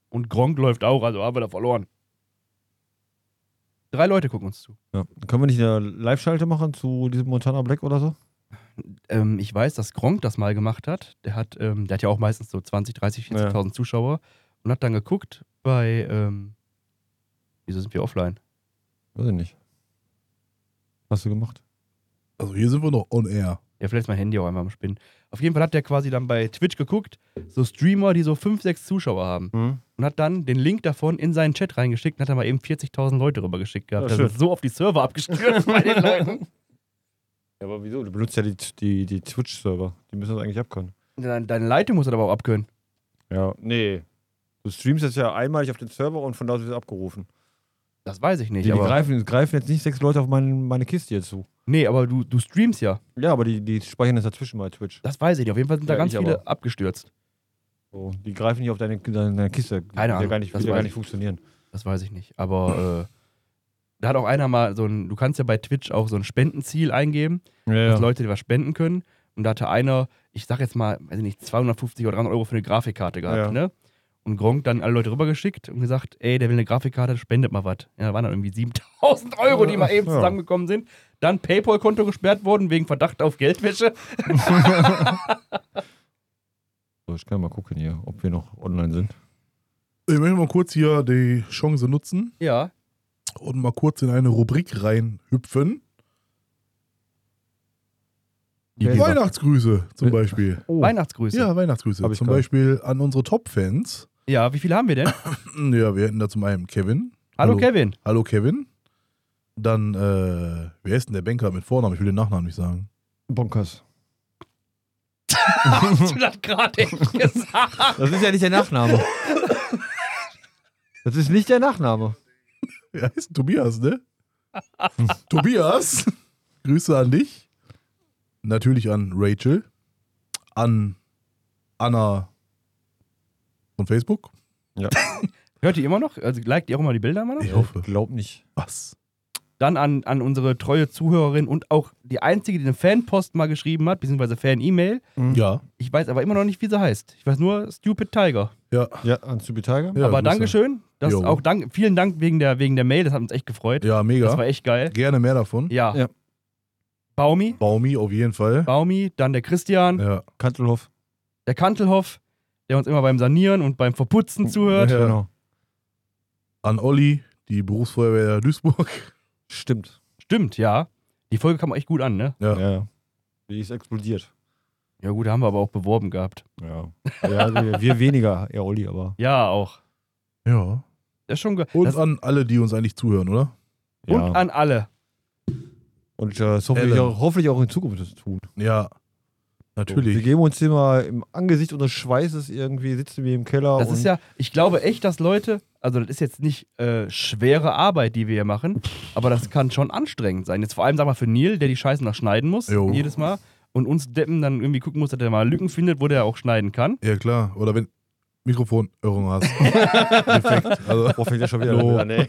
Und Gronk läuft auch, also haben wir da verloren. Drei Leute gucken uns zu.
Ja. Können wir nicht eine Live-Schalte machen zu diesem Montana Black oder so?
Ähm, ich weiß, dass Gronk das mal gemacht hat. Der hat, ähm, der hat ja auch meistens so 20, 30, 40.000 Zuschauer und hat dann geguckt bei. Ähm, wieso sind wir offline?
Weiß ich nicht. Hast du gemacht?
Also hier sind wir noch on air.
Ja, vielleicht ist mein Handy auch einmal am Spinnen. Auf jeden Fall hat der quasi dann bei Twitch geguckt, so Streamer, die so 5, 6 Zuschauer haben.
Hm?
Und hat dann den Link davon in seinen Chat reingeschickt und hat dann mal eben 40.000 Leute rübergeschickt gehabt.
Ja,
das
schön.
ist so auf die Server abgestürzt bei den Leuten.
Ja, aber wieso? Du benutzt ja die, die, die Twitch-Server. Die müssen das eigentlich abkönnen.
Deine, deine Leitung muss das aber auch abkönnen.
Ja, nee. Du streamst das ja einmalig auf den Server und von da aus wird es abgerufen.
Das weiß ich nicht.
die, die
aber,
greifen, greifen jetzt nicht sechs Leute auf meine, meine Kiste hier zu.
nee, aber du, du streamst ja.
Ja, aber die, die speichern das dazwischen bei Twitch.
Das weiß ich nicht. Auf jeden Fall sind da
Ja,
ganz
ich
viele
aber.
abgestürzt.
So, die greifen nicht auf deine, deine, deine Kiste.
Keine
Wird Ja
Ahnung,
gar nicht,
das
wird ja
weiß
gar nicht
ich.
funktionieren.
Das weiß ich nicht. Aber äh, da hat auch einer mal so ein, du kannst ja bei Twitch auch so ein Spendenziel eingeben.
Ja,
dass Leute dir was spenden können. Und da hatte einer, ich sag jetzt mal, weiß ich nicht, 250 oder 300 Euro für eine Grafikkarte gehabt,
Ja.
ne? Und Gronk dann alle Leute rübergeschickt und gesagt, ey, der will eine Grafikkarte, spendet mal was. Ja, da waren dann irgendwie 7000 Euro, die mal eben
Ja.
zusammengekommen sind. Dann Paypal-Konto gesperrt worden wegen Verdacht auf Geldwäsche.
So, ich kann mal gucken hier, ob wir noch online sind.
Ich möchte mal kurz hier die Chance nutzen
Ja.
und mal kurz in eine Rubrik reinhüpfen.
Ja,
Weihnacht-
Weihnachtsgrüße zum
Ja.
Beispiel.
Oh,
Weihnachtsgrüße. Ja.
Ja, Weihnachtsgrüße.
Hab ich
Zum
gerade.
Beispiel an unsere Top-Fans. Hm,
wie viele haben wir denn?
Ja, wir hätten da zum einen Kevin.
Hallo, Kevin.
Hallo Kevin. Dann, äh, wer ist denn der Banker mit Vornamen? Ich will den Nachnamen nicht sagen.
Bonkers.
Hast du das gerade echt gesagt?
Das ist ja nicht der Nachname. Das ist nicht der Nachname.
Er heißt Tobias, ne? Tobias, Grüße an dich. Natürlich an Rachel, an Anna von Facebook.
Hört ihr immer noch? Also liked ihr auch immer die Bilder immer noch?
Ich hoffe.
Glaub nicht.
Was?
Dann an, an unsere treue Zuhörerin und auch die einzige, die einen Fanpost mal geschrieben hat, beziehungsweise Fan-E-Mail.
Ja.
Ich weiß aber immer noch nicht, wie sie heißt. Ich weiß nur Stupid Tiger.
Ja.
Ja, an Stupid Tiger?
ja
aber
Grüße.
Dankeschön. Das
Jo.
auch dank, vielen Dank wegen der, wegen der Mail. Das hat uns echt gefreut.
Ja,
Das war
mega.
echt geil.
Gerne mehr davon.
Ja.
Ja.
Baumi,
Baumi auf jeden Fall.
Baumi, dann der Christian,
Ja.
Kantelhoff.
der Kantelhoff, der uns immer beim Sanieren und beim Verputzen zuhört.
Ja.
Genau.
An Olli, die Berufsfeuerwehr Duisburg.
Stimmt.
Stimmt, ja. Die Folge kam echt gut an, ne?
Ja.
ja. Die ist explodiert.
Ja, gut, da haben wir aber auch beworben gehabt.
Ja. ja wir, wir weniger, ja, Olli, aber.
Ja, auch.
Ja.
Das ist schon ge
Und
das,
an alle, die uns eigentlich zuhören, oder?
Ja.
und an alle.
Und äh, das hoffentlich,
Ellen.
auch, hoffentlich auch in Zukunft zu tun.
Ja.
Wir
Natürlich.
geben uns immer im Angesicht unseres Schweißes irgendwie, sitzen wir im Keller.
Das
und
ist ja, ich glaube echt, dass Leute, also das ist jetzt nicht äh, schwere Arbeit, die wir hier machen, aber das kann schon anstrengend sein. Jetzt vor allem, sag mal, für Neil, der die Scheiße noch schneiden muss,
Jo.
jedes Mal, und uns Deppen dann irgendwie gucken muss, dass er mal Lücken findet, wo der auch schneiden kann.
Ja, klar. Oder wenn Mikrofonirrung hast. Perfekt. Also,
Boah, fängt ja schon wieder
No.
an. ey.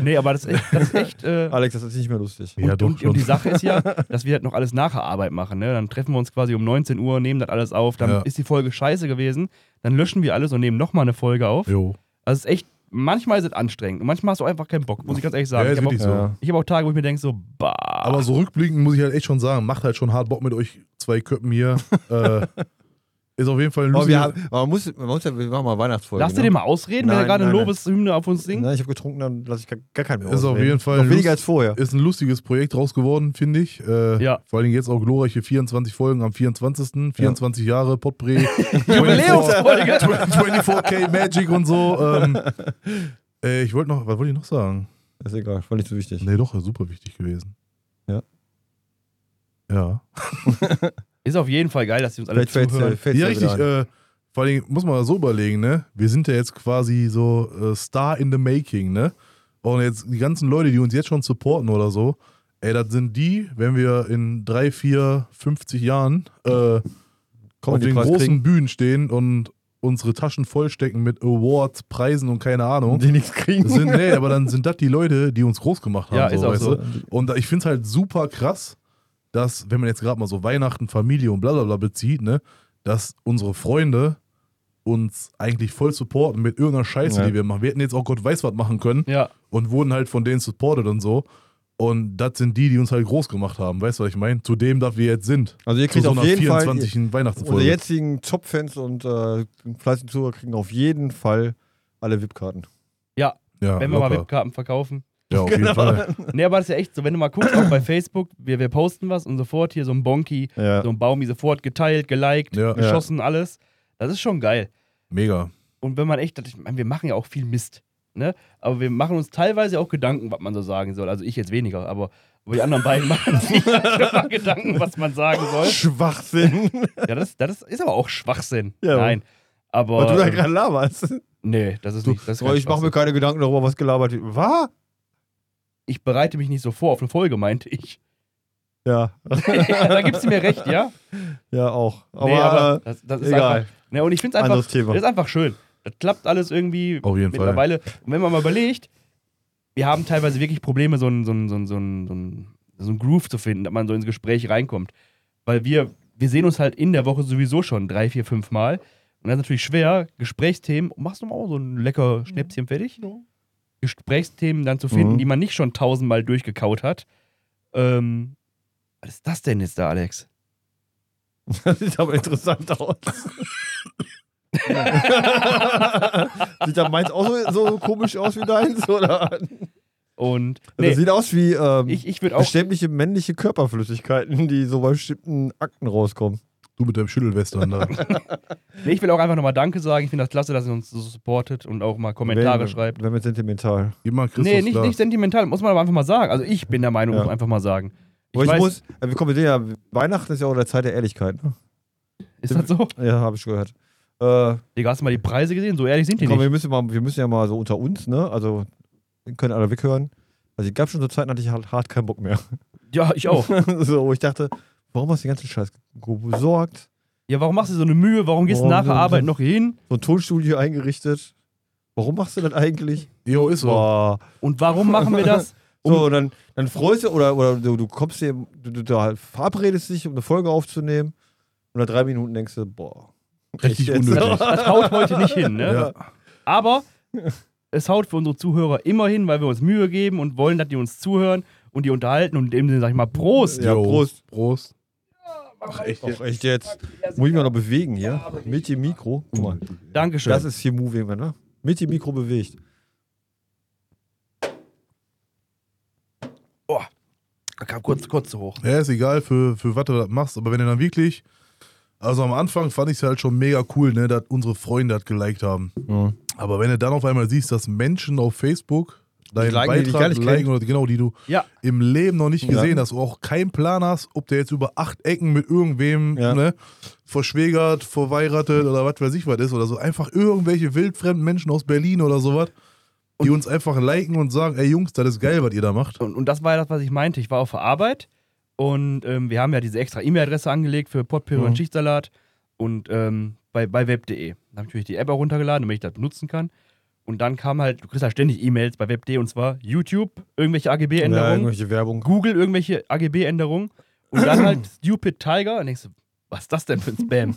Nee, aber das ist echt, das ist echt äh,
Alex, das ist nicht mehr lustig.
Ja,
und,
doch
und,
schon.
und die Sache ist ja, dass wir halt noch alles nachher Arbeit machen. Ne? Dann treffen wir uns quasi um 19 Uhr, nehmen das alles auf, dann
Ja.
ist die Folge scheiße gewesen, dann löschen wir alles und nehmen nochmal eine Folge auf.
jo.
Also es ist echt, manchmal ist es anstrengend und manchmal hast du einfach keinen Bock, muss ich ganz ehrlich sagen.
Ja,
ich
ist
hab auch
wirklich so.
Ja.
Ich habe auch Tage, wo ich mir denke, so, bah.
Aber so rückblickend muss ich halt echt schon sagen, macht halt schon hart Bock mit euch zwei Köppen hier. äh, ist auf jeden Fall ein
Aber
lustiger-
wir, haben, man muss, man muss ja, wir machen mal Weihnachtsfolge.
Lass dir
ne?
den mal ausreden, wenn er
Nein,
gerade eine
nein, nein.
Lobeshymne auf uns singt.
Na, ich habe getrunken, dann lasse ich gar, gar keinen mehr
Ist auf
ausreden.
jeden Fall
Noch weniger
Lust-
als vorher.
ist ein lustiges Projekt raus geworden, finde ich. Äh,
Ja.
Vor allem jetzt auch glorreiche 24 Folgen am 24. 24 Jahre Potpourri. 24
Jubiläumsfolge.
24K Magic und so. Ähm, äh, ich wollte noch, was wollte ich noch sagen?
Ist egal, war nicht so wichtig.
Nee, doch, super wichtig gewesen.
Ja.
Ja.
Ist auf jeden Fall geil, dass sie uns alle
Vielleicht fällt's ja-
zuhören.
fällt's
ja,
ja wieder
richtig.
ein.
Äh, vor allem muss man so überlegen, ne? Wir sind ja jetzt quasi so äh, Star in the Making, ne? Und jetzt die ganzen Leute, die uns jetzt schon supporten oder so, ey, das sind die, wenn wir in drei, vier, 50 Jahren äh,
Komm,
auf
die
den
Preis
großen
kriegen.
Bühnen stehen und unsere Taschen vollstecken mit Awards, Preisen und keine Ahnung.
die nichts kriegen.
Das sind, nee, aber dann sind das die Leute, die uns groß gemacht haben.
Ja, ist auch
weißt
so.
du? Und ich finde es halt super krass, dass, wenn man jetzt gerade mal so Weihnachten, Familie und bla bla bla bezieht, ne, dass unsere Freunde uns eigentlich voll supporten mit irgendeiner Scheiße,
Ja.
die wir machen. Wir hätten jetzt auch Gott weiß was machen können
Ja,
und wurden halt von denen supported und so. Und das sind die, die uns halt groß gemacht haben. Weißt du, was ich meine? Zu dem, dass wir jetzt sind.
Also ihr
Zu
kriegt
so
auf
einer
jeden Fall
24.
Unsere
Weihnachtsfolge.
jetzigen Top-Fans und äh, fleißigen Zuhörer kriegen auf jeden Fall alle VIP-Karten.
ja,
wenn wir mal Genau.
locker.
VIP-Karten verkaufen.
Ja, auf jeden Fall.
Nee, aber das ist ja echt so, wenn du mal guckst, auch bei Facebook, wir, wir posten was und sofort hier so ein Bonky,
Ja.
so ein Baumi, sofort geteilt, geliked,
Ja.
geschossen, alles. Das ist schon geil.
Mega.
Und wenn man echt, ich meine, wir machen ja auch viel Mist, ne? Aber wir machen uns teilweise auch Gedanken, was man so sagen soll. Also ich jetzt weniger, aber aber die anderen beiden machen sich halt schon mal Gedanken, was man sagen soll.
Schwachsinn,
Ja, das, das ist aber auch Schwachsinn.
Ja.
Nein.
weil du
Aber. ähm,
da gerade laberst.
nee, das ist
Du,
nicht. Das ist
Boah,
kein
ich mache mir
Schwachsinn.
keine Gedanken darüber, was gelabert wird. Was?
ich bereite mich nicht so vor auf eine Folge, meinte ich.
Ja,
da gibst du mir recht, ja?
ja, auch. Aber, äh,
das, das ist
egal,
einfach. Ne, und ich finde es einfach
anderes Thema.
Das ist einfach schön. Das klappt alles irgendwie
Auf jeden Fall.
mittlerweile. Und wenn man mal überlegt, wir haben teilweise wirklich Probleme, so einen so einen- so einen- so einen- so einen- so einen Groove zu finden, dass man so ins Gespräch reinkommt. Weil wir, wir sehen uns halt in der Woche sowieso schon drei, vier, fünf Mal. Und das ist natürlich schwer, Gesprächsthemen, machst du mal auch so ein lecker Schnäpschen fertig? Gesprächsthemen dann zu finden,
Mhm.
die man nicht schon tausendmal durchgekaut hat. Ähm, was ist das denn jetzt da, Alex?
Das sieht aber interessant aus. sieht da meins auch so, so komisch aus wie deins? Oder?
Und
Also
nee,
Das sieht aus wie ähm,
ich, ich würde auch
bestimmte männliche Körperflüssigkeiten, die so bei bestimmten Akten rauskommen.
Du mit deinem Schüttelwestern da.
Nee, ich will auch einfach nochmal Danke sagen. Ich finde das klasse, dass ihr uns so supportet und auch mal Kommentare
Wenn-
schreibt.
Wenn wir sentimental.
Immer Christus
Nee, nicht,
da.
nicht sentimental, muss man aber einfach mal sagen. Also ich bin der Meinung,
Ja.
muss man einfach mal sagen.
Aber ich,
weiß,
muss, äh, wir kommen wir sehen ja, Weihnachten ist ja auch eine Zeit der Ehrlichkeit. Ne?
ist das so?
Ja, habe ich gehört. Äh,
Digga, hast du mal die Preise gesehen? So ehrlich sind die
komm,
nicht.
wir, müssen mal, wir müssen ja mal so unter uns, ne? Also, wir können alle weghören. Also, es gab schon so Zeiten, hatte ich halt hart keinen Bock mehr.
Ja, ich
Oh.
auch.
so, wo ich dachte, warum hast du den ganzen Scheiß gesorgt?
Ja, warum machst du so eine Mühe? Warum gehst du
Warum
nach der
denn-
Arbeit noch hin?
so ein Tonstudio eingerichtet. Warum machst du das eigentlich?
Jo, ist so. Um
Boah.
Und warum machen wir das?
So, und dann, dann freust du, oder, oder du, du kommst dir, du, du, du verabredest dich, um eine Folge aufzunehmen. Und nach drei Minuten denkst du, boah.
Richtig
Echt jetzt?
unnötig.
Das haut heute nicht hin, ne?
Ja.
Aber es haut für unsere Zuhörer immer hin, weil wir uns Mühe geben und wollen, dass die uns zuhören und die unterhalten und in dem Sinne sag ich mal Prost.
Ja,
Jo.
Prost.
Prost. Ach, echt.
Auch echt jetzt. Muss ich mich noch bewegen hier? Mit dem Mikro. Guck mal.
Dankeschön.
Das ist hier Moving, ne? Mit dem Mikro bewegt.
Da kam kurz, kurz zu hoch.
Ja, ist egal, für, für was du das machst, aber wenn du dann wirklich. Also am Anfang fand ich es halt schon mega cool, ne, dass unsere Freunde das geliked haben.
Ja.
Aber wenn du dann auf einmal siehst, dass Menschen auf Facebook deinen
liken, die dich gar
Beitrag
nicht
liken
kennen.
oder genau, die du
Ja.
im Leben noch nicht
Ja.
gesehen hast, du auch keinen Plan hast, ob der jetzt über acht Ecken mit irgendwem
Ja.
ne, verschwägert, verheiratet oder was weiß ich was ist oder so. Einfach irgendwelche wildfremden Menschen aus Berlin oder sowas, die uns einfach liken und sagen, ey Jungs, das ist geil, was ihr da macht.
Und, und das war ja das, was ich meinte. Ich war auf der Arbeit und ähm, wir haben ja diese extra E-Mail-Adresse angelegt für Potpüree
Mhm.
und Schichtsalat und ähm, bei, bei web.de. Da habe ich natürlich die App auch runtergeladen, damit ich das benutzen kann. Und dann kam halt, du kriegst ja ständig E-Mails bei web.de und zwar YouTube, irgendwelche
Ja,
AGB-Änderungen,
irgendwelche Werbung.
Google, irgendwelche AGB-Änderungen und dann halt Stupid Tiger und denkst du, was ist das denn für ein Spam?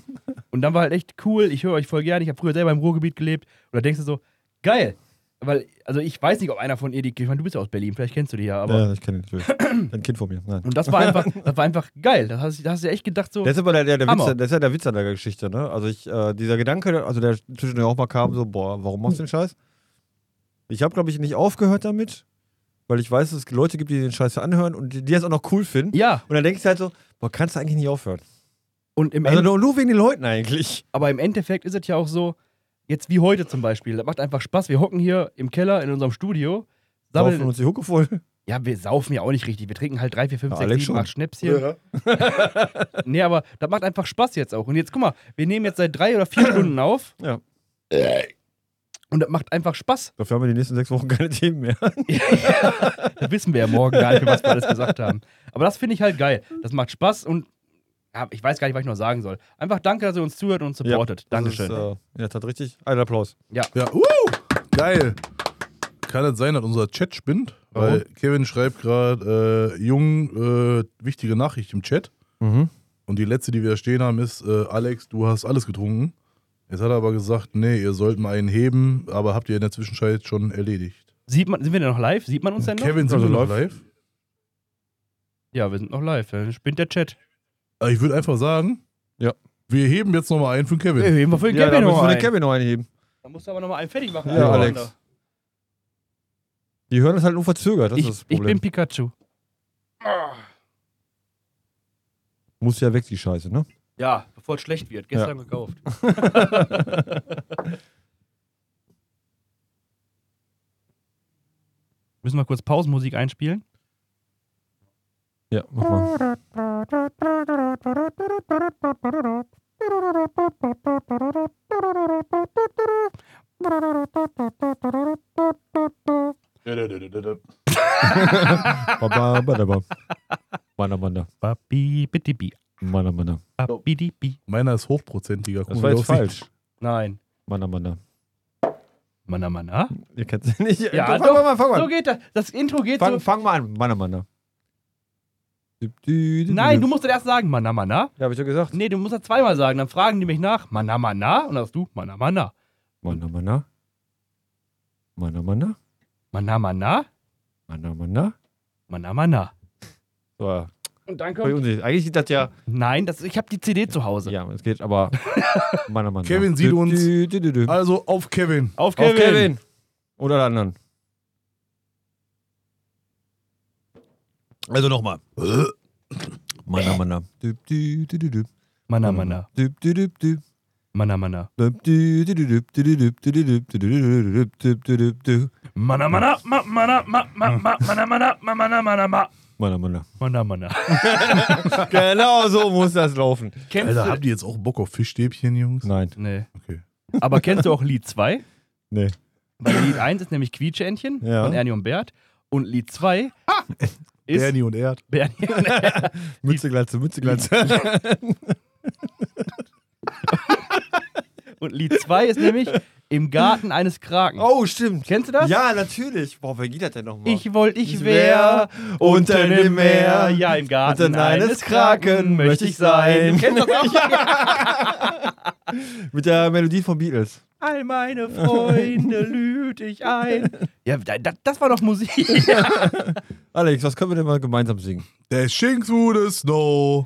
und dann war halt echt cool, ich höre euch voll gerne, ich habe früher selber im Ruhrgebiet gelebt und da denkst du so, geil. Weil, also ich weiß nicht, ob einer von ihr die, ich meine, du bist ja aus Berlin, vielleicht kennst du die ja, aber
Ja, ich kenne den natürlich. Ein Kind von mir. Nein.
und das war einfach, das war einfach geil. Das hast, das hast du echt gedacht so.
Das ist aber der, der, der
Hammer.
Witz, das ist ja der Witz an der Geschichte, ne? Also ich, äh, dieser Gedanke, also der zwischendurch auch mal kam, so, boah, warum machst du den
Hm.
Scheiß? Ich habe, glaube ich, nicht aufgehört damit, weil ich weiß, dass es Leute gibt, die den Scheiß anhören und die, die das auch noch cool finden.
Ja,
Und dann denkst du halt so, boah, kannst du eigentlich nicht aufhören.
und im
Also
End,
nur, nur wegen den Leuten eigentlich.
aber im Endeffekt ist es ja auch so, jetzt wie heute zum Beispiel, das macht einfach Spaß. Wir hocken hier im Keller in unserem Studio,
Saufen
sammeln.
uns die Hucke voll.
Ja, wir saufen ja auch nicht richtig. Wir trinken halt 3, 4, 5,
Ja,
6,
Alex
7,
schon.
8 Schnäpschen. Nee, aber das macht einfach Spaß jetzt auch. Und jetzt guck mal, wir nehmen jetzt seit drei oder vier Stunden auf.
Ja.
Und das macht einfach Spaß.
Dafür haben wir die nächsten sechs Wochen keine Themen mehr.
Das wissen wir ja morgen gar nicht, was wir alles gesagt haben. Aber das finde ich halt geil. Das macht Spaß und Ja, ich weiß gar nicht, was ich noch sagen soll. Einfach danke, dass ihr uns zuhört und uns supportet. Dankeschön.
Das ist, äh, ja, tat richtig. Ein Applaus.
Ja, uh, geil. Kann es sein, dass unser Chat spinnt?
Warum?
Weil Kevin schreibt gerade äh, jung äh, wichtige Nachricht im Chat.
Mhm.
Und die letzte, die wir da stehen haben, ist, äh, Alex, du hast alles getrunken. Jetzt hat er aber gesagt, nee, ihr sollt mal einen heben, aber habt ihr in der Zwischenzeit schon erledigt.
Sieht man, sind wir denn noch live? Sieht man uns denn noch?
Kevin, sind
Also
wir noch
läuft.
live?
Ja, wir sind noch live. Dann spinnt der Chat.
Äh, Ich würde einfach sagen,
Ja.
wir heben jetzt nochmal einen für den Kevin.
heben wir für
ja, da müssen wir
noch
den
einen.
Kevin noch einheben.
Da musst du aber nochmal einen fertig machen.
Ja,
Alter.
Alex. Die hören das halt nur verzögert, das
Ich,
ist das
ich
Problem.
bin Pikachu.
Muss ja weg, die Scheiße, ne?
Ja, bevor es schlecht wird. Gestern gekauft. Müssen wir kurz Pausenmusik einspielen?
Ja, mach mal. Baba, badaba. Meiner Manda.
Babi, bitte, bi,
Meiner Manda.
babi, di, bi.
Meiner ist hochprozentiger.
Das
Guck
war
mal,
jetzt
wie aussieht.
falsch.
Nein.
Meiner Manda.
Mana, mana.
oh Ihr kennt es nicht.
Ja,
fang
doch.
mal an, fang mal
So
an.
geht das. Das Intro geht
Fang,
so.
fang mal an, oh Meiner Manda.
Nein, du musst das erst sagen, mana, mana.
Ja, hab ich ja gesagt.
Nee, du musst das zweimal sagen. Dann fragen die mich nach, mana, mana. Und dann hast du, mana, mana.
Meiner Manda. Meiner Manda.
Mana, mana.
Meiner Manda.
Mana, mana.
oh So, ja.
Und dann
Voll
kommt.
unsicher. Eigentlich sieht das ja.
Nein, das, ich habe die CD zu Hause.
Ja, es geht, aber. Meiner Manda.
Kevin sieht uns.
Dü, dü, dü, dü. Auf
Also auf Kevin.
Auf
Kevin. Oder den anderen.
Also nochmal.
Meiner Manda. Dü, dü, dü, dü, dü.
Mana, mana.
Dü, dü, dü, dü.
Mana, mana.
Mana,
Mana, mana. Ma, mana, ma, ma, ma, mana, mana. Ma, mana, mana, ma.
Mana.
Mana, mana.
Genau so muss das laufen.
Kennst
Alter,
du?
habt ihr jetzt auch Bock auf Fischstäbchen, Jungs?
Nein.
Nee.
Okay.
Aber kennst du auch Lied 2?
Nee.
Bei Lied 1 ist nämlich Quietscheentchen
Ja.
von Ernie und Bert. Und Lied 2 ist
Ernie und Erd.
Bernie und
Mütze glatze, Mütze glatze.
Und Lied 2 ist nämlich im Garten eines Kraken.
Oh, stimmt.
Kennst du das?
Ja, natürlich. Boah, wer geht das denn nochmal?
Ich wollt, ich wär unter dem Meer. Ja, im Garten
Unter
eines Kraken möchte ich sein. Du kennst das auch?
Mit der Melodie von Beatles.
All meine Freunde lüd ich ein. Ja, da- da- das war doch Musik.
Alex, was können wir denn mal gemeinsam singen?
Der Shinks through the snow.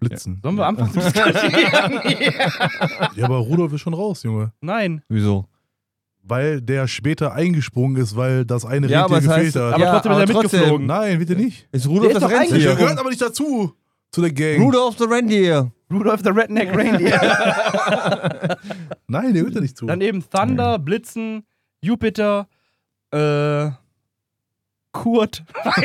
Blitzen.
Sollen wir anfangen zu diskutieren?
Ja. aber Rudolf ist schon raus, Junge.
Nein.
Wieso?
Weil der später eingesprungen ist, weil das eine
Ja, aber
Rentier
es
gefehlt
heißt-
hat.
Aber
Ja,
trotzdem ist er
aber trotzdem.
mitgeflogen.
Nein, bitte nicht.
Ist Rudolf
Der ist
das
doch
Der
Rentier?
gehört aber nicht dazu. Zu der Gang.
Rudolf the Reindeer.
Rudolf the Redneck Reindeer.
Nein, der gehört da nicht zu.
Dann eben Thunder, Blitzen, Jupiter, äh, Kurt.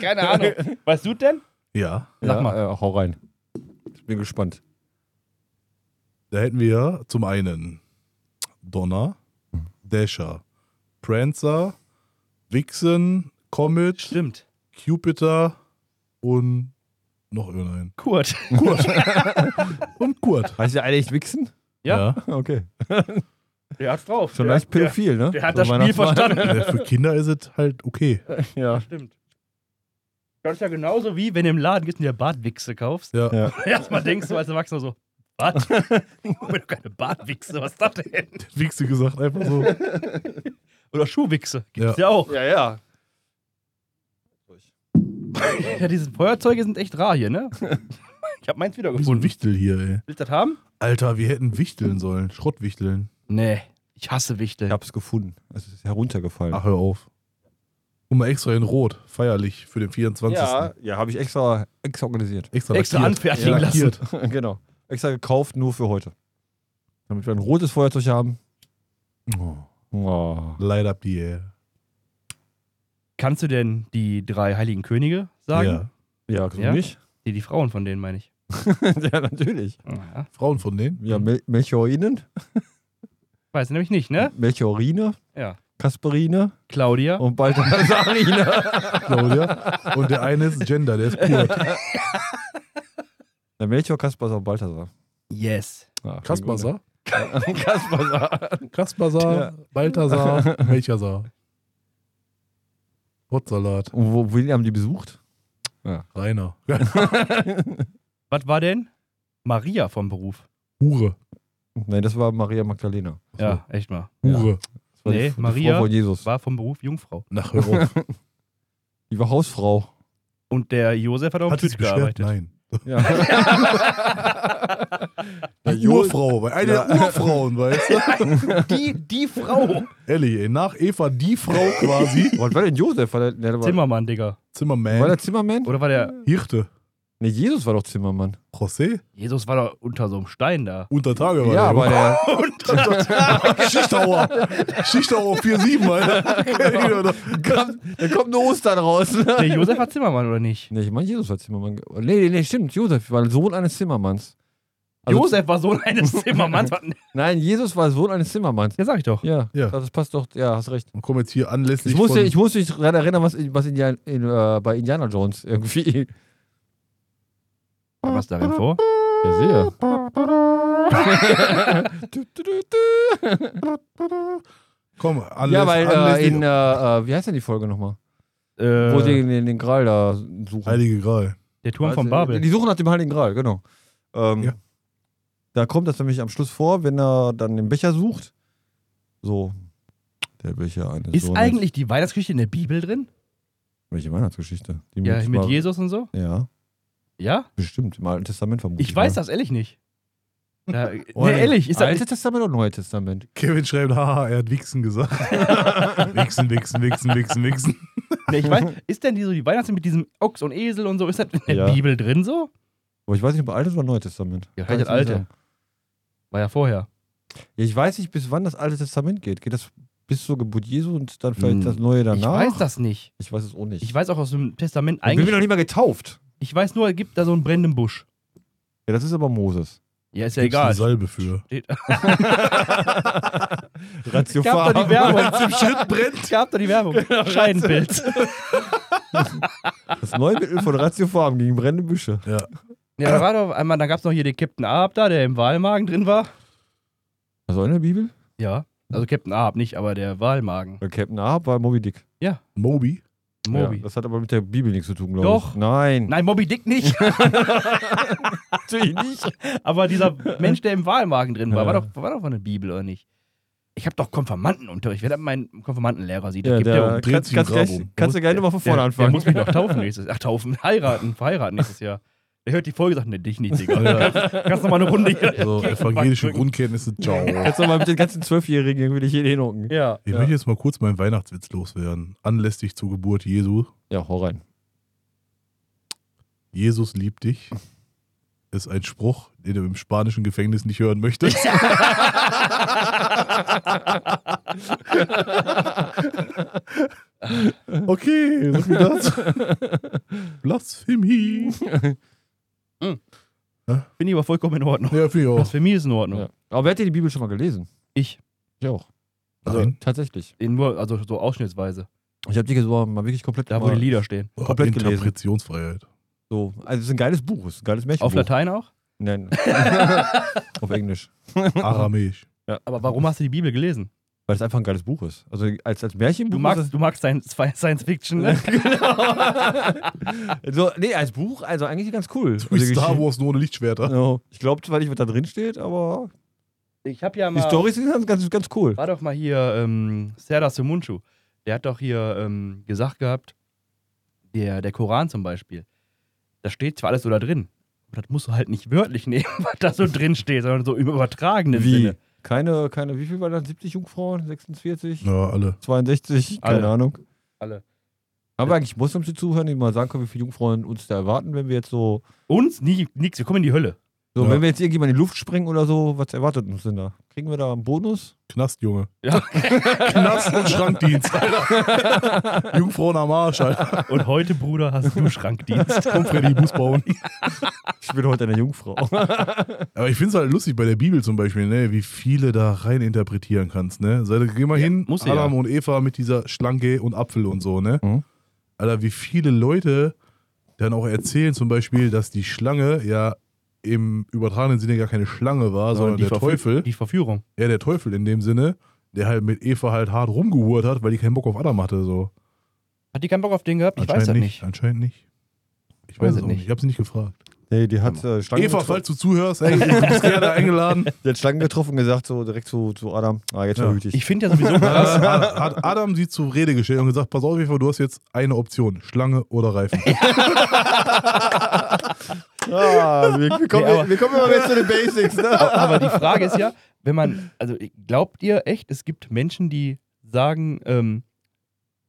Keine Ahnung. Weißt du denn?
Ja.
Sag
ja,
mal.
Äh, hau rein. Ich bin gespannt.
Da hätten wir zum einen Donner, Dasher, Prancer, Vixen, Comet,
Stimmt.
Cupiter und noch irgendeinen.
Kurt.
Kurt. und Kurt.
Heißt der alle echt Wichsen?
Ja.
Okay.
Der hat's drauf.
Schon
der,
leicht pädophil, ne?
der, der hat
So
das Spiel
Weihnachtsmann.
Ja.
verstanden.
Äh, Für Kinder ist es halt okay.
Ja.
Stimmt. Das ist ja genauso wie, wenn du im Laden gehst und dir Bartwichse kaufst.
Ja.
Ja.
Erstmal denkst du als Erwachsener so, was? Wenn du keine Bartwichse, was ist das denn?
Wichse gesagt, einfach so.
Oder Schuhwichse, gibt's ja, auch.
Ja, ja.
Ja, diese Feuerzeuge sind echt rar hier, ne? Ich hab meins
Wie so ein
wiedergefunden.
Wichtel hier, ey.
Willst du das haben?
Alter, wir hätten wichteln sollen. Schrottwichteln.
Nee, ich hasse
Ich
Wichtel.
hab's gefunden. Es ist heruntergefallen.
Ach, hör auf. Und mal extra in Rot. Feierlich für den 24.
ja, habe ich extra, extra organisiert.
Extra,
Extra
lackiert.
anfertigen
Lackiert.
lassen.
genau. extra gekauft, nur für heute. Damit wir ein rotes Feuerzeug haben.
Oh,
Oh.
light up the air.
Kannst du denn die drei heiligen Könige sagen?
Ja.
Ja, so
Ja?
nicht?
Die, die Frauen von denen, meine ich.
ja, natürlich.
Ja.
Frauen von denen?
Ja, Mel Melchiorinen,
Weiß nämlich nicht, ne?
Melchorine,
Ja.
Kasperine
Claudia.
und Balthasarine.
Claudia. Und der eine ist Gender, der ist Kurt.
Der Melchior, Kaspar und Balthasar.
Yes.
Ah,
Kaspasar?
Kaspar.
Kaspasar, Balthasar, Melchasar. Potsalat,
Und wo, wen haben die besucht?
Rainer.
Was war denn? Maria vom Beruf.
Hure.
Nein, das war Maria Magdalena.
Ja, echt mal.
Hure.
Das war
Nee,
die, F- Die
Maria
Frau von Jesus.
War vom Beruf Jungfrau.
Nach hör auf.
Die war Hausfrau.
Und der Josef hat auch im
Hat sie sich
Tüt
beschwert?
gearbeitet.
Nein.
Ja. Der
Die
Jo-
Urfrau, weil eine
Ja.
der Urfrauen, weißt du?
Die, die Frau.
Ehrlich, ey, nach Eva die Frau quasi.
Was war denn Josef? War der, ne, der war,
Zimmermann, Digga.
war
Zimmerman,
der Zimmermann?
Oder war der.
Hirte,
Ne, Jesus war doch Zimmermann.
José,
Jesus war doch unter so einem Stein da.
unter Tage war der.
ja, aber der,
aber Schichtauer. Schichtauer 4-7, Alter. Kennt ihr doch.
kam, da kommt nur Ostern raus.
Der
ne,
Josef war Zimmermann, oder nicht?
ich meine, Jesus war Zimmermann. ge- Nee, nee, nee, stimmt. Josef war Sohn eines Zimmermanns. Also-
Josef war Sohn eines Zimmermanns.
Nein, Jesus war Sohn eines Zimmermanns.
Ja, sag ich doch.
Ja,
Ja.
das passt doch. Ja, hast recht.
Und komm jetzt hier
Ich,
anlässlich
muss,
von...
dir- ich muss mich daran erinnern, was, in- was Indian, in, äh, bei Indiana Jones irgendwie.
Was darin vor?
Ja, sehr.
komm, anlässlich...
ja, weil äh,
anlässlich-
in, äh, äh, wie heißt denn die Folge nochmal?
Äh,
Wo sie den, den Gral da suchen.
Heilige Gral.
der Turm
Also,
von Babel.
Die suchen nach dem Heiligen Gral, genau. Ähm,
Ja.
Da kommt das nämlich am Schluss vor, wenn er dann den Becher sucht. So. Der Becher eines
Ist
Sohnes.
eigentlich die Weihnachtsgeschichte in der Bibel drin?
Welche Weihnachtsgeschichte? Die
Ja, mit
Mar-
Jesus und so?
Ja,
Ja?
bestimmt. Im Alten Testament vermutlich. ne?
Ich weiß
ja.
das ehrlich nicht. Da, nee,
Oh, nee.
ehrlich, ist das,
Altes Testament oder Neues Testament?
Kevin schreibt, haha, er hat Wichsen gesagt. Wichsen, Wichsen, Wichsen, Wichsen, Wichsen.
nee, ich weiß, ist denn die, so die Weihnachten mit diesem Ochs und Esel und so, ist das in der
Ja.
Bibel drin so?
Aber ich weiß nicht, ob Altes oder Neues Testament.
Ja,
Kann ich
das
nicht
Alte.
sagen.
War ja vorher.
Ja, ich weiß nicht, bis wann das Alte Testament geht. Geht das bis zur Geburt Jesu und dann vielleicht
Hm.
das Neue danach?
Ich weiß das nicht.
Ich weiß es auch nicht.
Ich weiß auch aus dem Testament
ich bin mir
eigentlich.
noch nicht mal getauft.
Ich weiß nur, es gibt da so einen brennenden Busch.
Ja, das ist aber Moses.
Ja, ist ja
Gibt's eine
egal.
Salbe für.
Ratio
Gab doch die Werbung. Zum Schritt
brennt.
Gab doch die Werbung.
Genau,
Scheidenpilz.
Das neue Mittel von Ratio Farm gegen brennende Büsche.
Ja, da war doch einmal, da gab es noch hier den Captain Ahab da, der im Wahlmagen drin war.
Also in der Bibel?
Ja. Also Captain Ahab nicht, aber der Wahlmagen.
Der Captain Ahab war Moby Dick.
Moby.
Moby.
Ja, das hat aber mit der Bibel nichts zu tun, glaube
Doch.
ich. Nein.
Nein, Moby Dick nicht.
natürlich nicht.
aber dieser Mensch, der im Wahlmagen drin war, war
Ja.
doch, war doch von der Bibel, oder nicht? Ich habe doch Konfirmandenunterricht. Wer hat meinen Konfirmandenlehrer sieht,
Ja,
gibt
der,
dreht
kannst,
sich im
kannst,
Grab
gleich,
um.
kannst du gerne mal von vorne
der,
anfangen.
Der muss mich noch taufen nächstes Jahr. Ach, taufen, heiraten, verheiraten nächstes Jahr. Der hört die Folge, sagt, ne, dich nicht, Digga. Kannst noch mal eine Runde hier.
Also evangelische Grundkenntnisse, ciao.
kannst du mal mit den ganzen Zwölfjährigen irgendwie dich hier hinhocken.
Ja.
Ich möchte jetzt mal kurz meinen Weihnachtswitz loswerden. Anlässlich zur Geburt Jesu.
Ja, hau rein.
Jesus liebt dich. Ist ein Spruch, den du im spanischen Gefängnis nicht hören möchtest. okay, so viel das. Blasphemie.
Finde ich aber vollkommen in Ordnung.
Ja, finde ich
Das
auch.
für mich ist in Ordnung.
Ja. Aber wer hat dir die Bibel schon mal gelesen?
Ich,
Ich auch.
Nein.
Tatsächlich.
in nur, also so ausschnittsweise.
Also Ich habe die so mal wirklich komplett
Da, wo
mal,
die Lieder stehen.
Boah,
komplett gelesen.
Interpretationsfreiheit.
So, also es ist ein geiles Buch, es ist ein geiles Märchenbuch.
Auf Latein auch?
Nein. Auf Englisch.
Aramäisch.
Aber warum hast du die Bibel gelesen?
Weil es einfach ein geiles Buch ist. Also als, als Märchenbuch.
Du magst, du magst Science, Science Fiction, ne?
ist es- so, nee, als Buch, also eigentlich ganz cool.
Wie
Also die
Star
Geschichte-
Wars nur ohne Lichtschwerter.
Ja, ich glaube zwar nicht, was da drin steht, aber
Ich habe ja
die Storys sind ganz- ganz, ganz cool.
War doch mal hier ähm, Serdar Sumunchu. Der hat doch hier ähm, gesagt gehabt, der, der Koran zum Beispiel. Da steht zwar alles so da drin, aber das musst du halt nicht wörtlich nehmen, was da so drin steht, sondern so im übertragenen Sinne.
Keine, keine, wie viel waren das? 70 Jungfrauen? 46?
Ja, alle.
62? Keine
Alle.
Ahnung.
Alle.
Haben wir eigentlich Moslems, die zuhören, die mal sagen können, wie viele Jungfrauen uns da erwarten, wenn wir jetzt so.
Uns? Nie, nix, wir kommen in die Hölle.
So,
Ja.
wenn wir jetzt irgendjemand in die Luft sprengen oder so, was erwartet uns denn da? Kriegen wir da einen Bonus?
Knast, Junge.
Ja.
Knast und Schrankdienst, Alter. Jungfrauen am Arsch, Alter.
Und heute, Bruder, hast du Schrankdienst.
Komm, Freddy, Bus bauen.
Ich bin heute eine Jungfrau.
Aber ich finde es halt lustig bei der Bibel zum Beispiel, ne, wie viele da rein interpretieren kannst, ne? Sei, geh mal hin,
muss sie
Adam
ja.
und Eva mit dieser Schlange und Apfel und so, ne?
Mhm.
Alter, wie viele Leute dann auch erzählen zum Beispiel, dass die Schlange ja im übertragenen Sinne gar keine Schlange war,
Also
sondern der
Verfü-
Teufel.
Äh, Die Verführung.
Ja, der Teufel in dem Sinne, der halt mit Eva halt hart rumgehurt hat, weil die keinen Bock auf Adam hatte, so.
Hat die keinen Bock auf den gehabt? Ich weiß
Anscheinend
das nicht.
Anscheinend nicht. Ich weiß es auch nicht. Ich habe sie nicht gefragt.
Nee, die hat äh, Schlangen,
Eva,
getroffen,
falls du zuhörst, ey, du bist gerne eingeladen.
die hat Schlangen getroffen und gesagt, so direkt zu, zu Adam, ah, jetzt
Ja.
verhüte ich.
Ich finde ja sowieso krass.
Adam, Äh, hat Adam sie zur Rede gestellt und gesagt: Pass auf, Eva, du hast jetzt eine Option: Schlange oder Reifen.
Ah, wir, wir, kommen,
Nee, aber-
wir kommen immer wieder zu den Basics, ne?
Aber die Frage ist ja, wenn man, also glaubt ihr echt, es gibt Menschen, die sagen, ähm,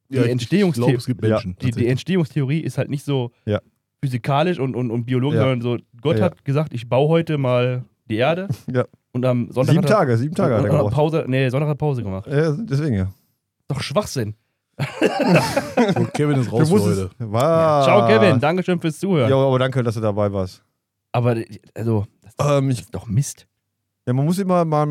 die,
ich- Ich
Entstehungstheorie,
glaube, es gibt
Ja,
Menschen.
die, die
tatsächlich.
Entstehungstheorie ist halt nicht so
Ja.
physikalisch und, und, und biologisch,
Ja.
sondern so, Gott
Ja, ja.
hat gesagt, ich baue heute mal die Erde
Ja.
und am Sonntag
Sieben
hat er,
Tage, sieben Tage hat
und,
er
und, und
gebraucht.
Pause, nee, Sonntag hat er Pause gemacht.
Ja, deswegen ja.
Doch Schwachsinn.
so, Kevin ist raus
Du
für
wusstest-
heute.
Wow.
Ciao Kevin, Dankeschön fürs Zuhören.
Ja, aber danke, dass du dabei warst.
Aber also, das ist
Ähm, ich,
doch Mist.
ja, man muss immer mal,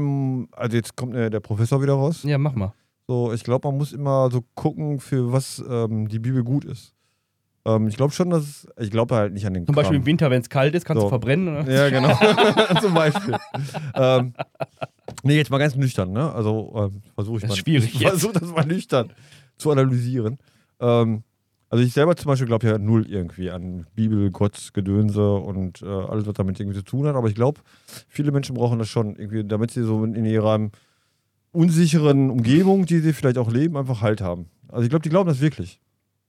also jetzt kommt äh, der Professor wieder raus.
Ja, mach mal.
So, ich glaube, man muss immer so gucken, für was ähm, die Bibel gut ist. Ähm, ich glaube schon, dass ich glaube halt nicht an den
Zum Beispiel im
Kram.
Winter, wenn es kalt ist, kannst
So.
du verbrennen. Oder?
Ja, genau. Zum Beispiel. ähm, nee, jetzt mal ganz nüchtern, ne? Also ähm, versuche ich
Das
mal.
ist schwierig
Ich
jetzt.
versuche das mal nüchtern zu analysieren. Ähm, also ich selber zum Beispiel glaube ja null irgendwie an Bibel, Gott, Gedönse und äh, alles, was damit irgendwie zu tun hat. Aber ich glaube, viele Menschen brauchen das schon irgendwie, damit sie so in, in ihrer unsicheren Umgebung, die sie vielleicht auch leben, einfach Halt haben. Also ich glaube, die glauben das wirklich.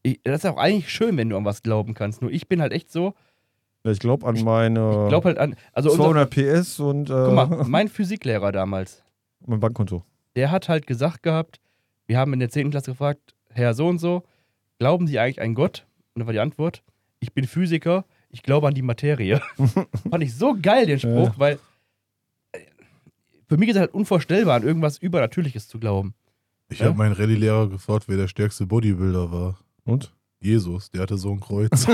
Ich, das ist auch eigentlich schön, wenn du an was glauben kannst. Nur ich bin halt echt so,
Ja, Ich glaube an meine
ich glaube halt an. Also unser,
200 PS und äh,
guck mal, mein Physiklehrer damals,
mein Bankkonto.
der hat halt gesagt gehabt, wir haben in der 10. Klasse gefragt, Herr so und so, glauben Sie eigentlich an Gott? Und dann war die Antwort, ich bin Physiker, ich glaube an die Materie. Fand ich so geil, den Spruch, weil äh, für mich ist es halt unvorstellbar, an irgendwas Übernatürliches zu glauben.
Ich
Ja?
habe meinen Rallye-Lehrer gefragt, wer der stärkste Bodybuilder war.
Und?
Jesus, der hatte so ein Kreuz. Wie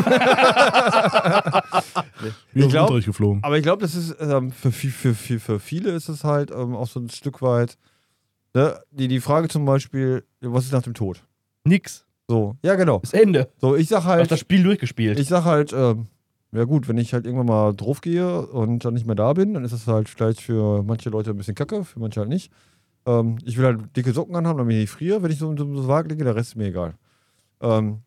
Ich
aus dem
glaub-
Unterricht geflogen.
Aber ich glaube, das ist ähm, für, viel, für, viel, für viele ist es halt ähm, auch so ein Stück weit. Ne? Die, die Frage zum Beispiel, was ist nach dem Tod?
Nix.
So, ja, genau.
Das Ende.
So, ich sag
Hast
halt,
das Spiel durchgespielt.
ich sag halt, ähm, ja gut, wenn ich halt irgendwann mal drauf gehe und dann nicht mehr da bin, dann ist das halt vielleicht für manche Leute ein bisschen kacke, für manche halt nicht. Ähm, ich will halt dicke Socken anhaben, damit ich nicht friere. Wenn ich so in so einem Sarg liege, der Rest ist mir egal. Ähm,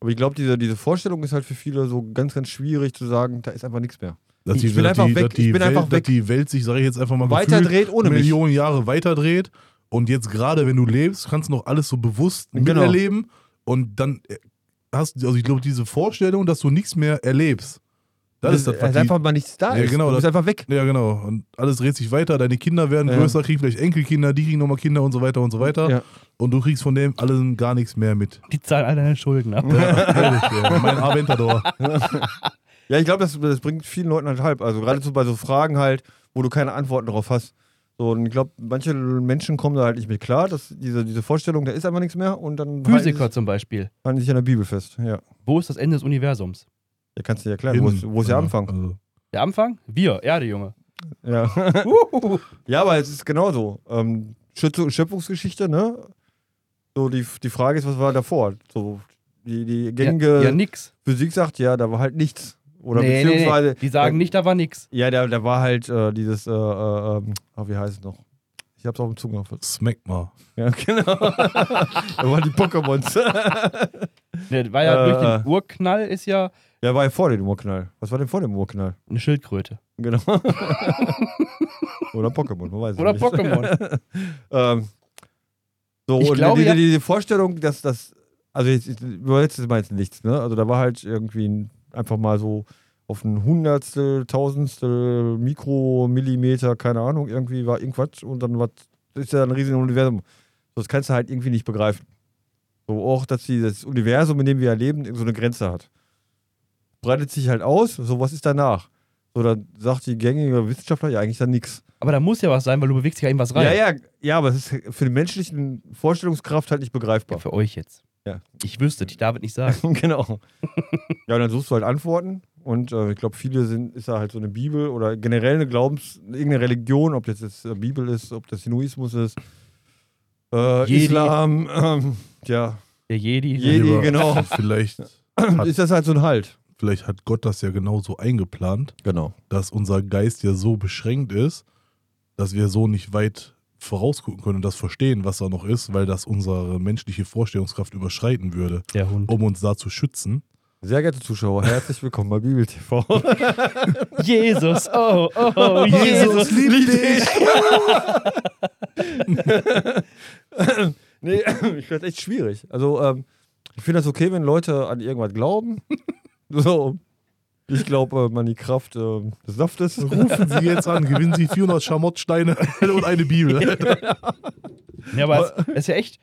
aber ich glaube, diese, diese Vorstellung ist halt für viele so ganz, ganz schwierig zu sagen, da ist einfach nichts mehr.
Dass
Ich
die,
bin
dass
einfach
die,
weg.
Dass die
Ich bin
Welt,
einfach weg.
Dass die Welt sich, sage ich jetzt einfach mal, gefühlt
Weiterdreht ohne mich.
Millionen Jahre weiterdreht und jetzt gerade, wenn du lebst, kannst du noch alles so bewusst
Genau.
miterleben und dann äh, hast du, also ich glaube, diese Vorstellung, dass du nichts mehr erlebst, das ist das,
dass
was die,
einfach mal nichts da
Ja,
ist.
genau,
du bist
das-
einfach weg.
Ja, genau. Und alles dreht sich weiter, deine Kinder werden
Ja.
größer, kriegen vielleicht Enkelkinder, die kriegen nochmal Kinder und so weiter und so weiter
Ja.
und du kriegst von dem allen gar nichts mehr mit.
Die zahlen alle deine Schulden ne? ab.
Ehrlich, ja. Mein Aventador.
Ja, ich glaube, das, das bringt vielen Leuten halt halb. Also gerade so bei so Fragen halt, wo du keine Antworten drauf hast. So, und ich glaube, manche Menschen kommen da halt nicht mit klar, dass diese, diese Vorstellung, da ist einfach nichts mehr und dann
Physiker
halten
zum Beispiel.
sie- halten sie sich an der Bibel fest. Ja.
Wo ist das Ende des Universums?
Ja, kannst du dir erklären, wo ist, wo ist der
Ja,
Anfang?
Also,
Der Anfang? Wir, Erde, Junge.
Ja.
Uhuhu.
ja, aber es ist genauso. Ähm, Schütz- Schöpfungsgeschichte, ne? So, die, die Frage ist, was war davor? So, die, die gängige
ja, ja, nix.
Physik sagt, ja, da war halt nichts. Oder
Nee, nee,
beziehungsweise.
nee. Die sagen nicht, da war nix.
Ja, da, da war halt äh, dieses, äh, äh, ähm, ah, wie heißt es noch? Ich hab's auf dem Zungen auf.
smack mal.
Ja, genau. da waren die Pokémons.
Nee, war ja
Äh.
durch den Urknall ist ja
ja, war ja vor dem Urknall. Was war denn vor dem Urknall?
eine Schildkröte.
Genau. Oder Pokémon, man weiß es
Oder
nicht.
Pokémon.
Ähm, so,
Ich
und
glaube
diese,
ja-
diese Vorstellung, dass das, also jetzt, ich übersetze es mal jetzt nichts, ne? Also da war halt irgendwie ein, einfach mal so auf ein Hundertstel, Tausendstel, Mikro, Millimeter, keine Ahnung, irgendwie war irgendwas und dann was, das ist ja ein riesiges Universum. Das kannst du halt irgendwie nicht begreifen. So auch, dass dieses Universum, in dem wir ja leben, so eine Grenze hat. Breitet sich halt aus, so was ist danach? So, dann sagt die gängige Wissenschaftler ja eigentlich dann nichts.
Aber da muss ja was sein, weil du bewegst dich ja irgendwas rein.
Ja, ja, ja, aber es ist für die menschlichen Vorstellungskraft halt nicht begreifbar.
Für euch jetzt.
Ja.
Ich wüsste, ich darf es nicht sagen.
genau. ja, und dann suchst du halt Antworten. Und äh, ich glaube, viele sind, ist da halt so eine Bibel oder generell eine Glaubens, irgendeine Religion, ob das jetzt äh, Bibel ist, ob das Hinduismus ist, äh,
Jedi.
Islam, ähm, ja,
Der Jedi.
Jedi.
Lieber,
genau.
Vielleicht hat,
ist das halt so ein Halt.
vielleicht hat Gott das ja genauso eingeplant,
Genau.
dass unser Geist ja so beschränkt ist, dass wir so nicht weit vorausgucken können und das verstehen, was da noch ist, weil das unsere menschliche Vorstellungskraft überschreiten würde,
Der
Oh.
Hund.
um uns da zu schützen.
Sehr geehrte Zuschauer, herzlich willkommen bei Bibel TV.
Jesus, oh, oh, oh,
Jesus
Jesus.
liebt dich. nee, ich finde das echt schwierig. Also, ähm, ich finde das okay, wenn Leute an irgendwas glauben. So, ich glaube äh, an die Kraft äh, des Saftes.
Rufen Sie jetzt an, gewinnen Sie 400 Schamottsteine und eine Bibel.
Ja, aber es, es ist ja echt.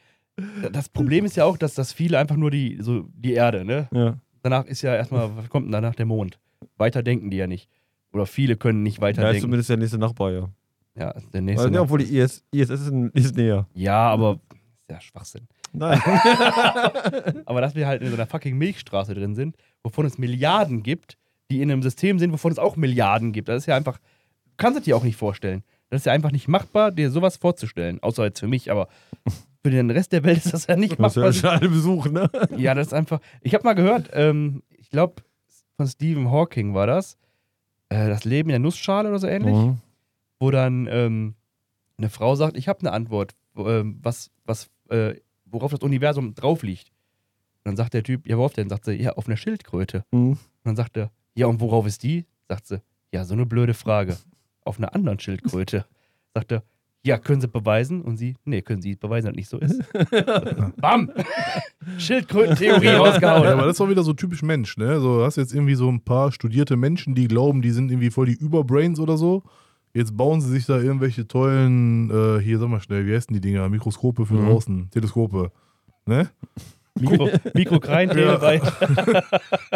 Das Problem ist ja auch, dass, dass viele einfach nur die, so die Erde, ne?
Ja.
Danach ist ja erstmal, was kommt denn danach der Mond? Weiter denken die ja nicht. Oder viele können nicht
Da ist
weiterdenken.
zumindest der nächste Nachbar, ja.
Ja, der
Also,
nächste.
ja
Ja,
obwohl die IS, ISS ist, n- ist näher.
ja, aber. ist Ja, Schwachsinn.
Nein.
Aber dass wir halt in so einer fucking Milchstraße drin sind, wovon es Milliarden gibt, die in einem System sind, wovon es auch Milliarden gibt. Das ist ja einfach. Du kannst es dir auch nicht vorstellen. Das ist ja einfach nicht machbar, dir sowas vorzustellen. Außer jetzt für mich, aber für den Rest der Welt ist das ja nicht
Du musst
machbar.
ja schon alle besuchen, ne?
Ja, das ist einfach. Ich habe mal gehört, ähm, ich glaube, von Stephen Hawking war das. Äh, das Leben in der Nussschale oder so ähnlich.
Mhm.
Wo dann ähm, eine Frau sagt: Ich habe eine Antwort, wo, ähm, was, was, äh, worauf das Universum drauf liegt. Und dann sagt der Typ: Ja, worauf denn? Sagt sie: Ja, auf einer Schildkröte.
Mhm.
Und dann sagt er: Ja, und worauf ist die? Sagt sie: Ja, so eine blöde Frage. Auf einer anderen Schildkröte. sagt er: Ja, können Sie beweisen? Und sie: Nee, können Sie beweisen, dass das nicht so ist. Bam! Schildkrötentheorie rausgehauen.
Ja, aber das ist auch wieder so typisch Mensch, ne? So, du hast jetzt irgendwie so ein paar studierte Menschen, die glauben, die sind irgendwie voll die Überbrains oder so. Jetzt bauen sie sich da irgendwelche tollen, äh, hier, sag mal schnell, wie heißen die Dinger? Mikroskope für
Mhm.
draußen, Teleskope. Ne?
Mikro, Mikrokrein Teleweit.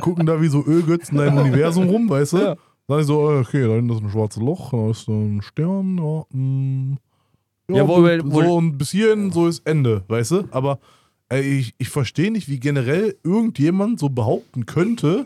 Gucken da wie so Ölgötzen da im Universum rum, weißt du?
Ja.
Dann so, äh, okay, da hinten ist ein schwarzes Loch, da ist ein Stern, ja, mm,
Ja, wo-
und,
wo-
so und bis hierhin, so ist Ende, weißt du? Aber ey, ich, ich verstehe nicht, wie generell irgendjemand so behaupten könnte,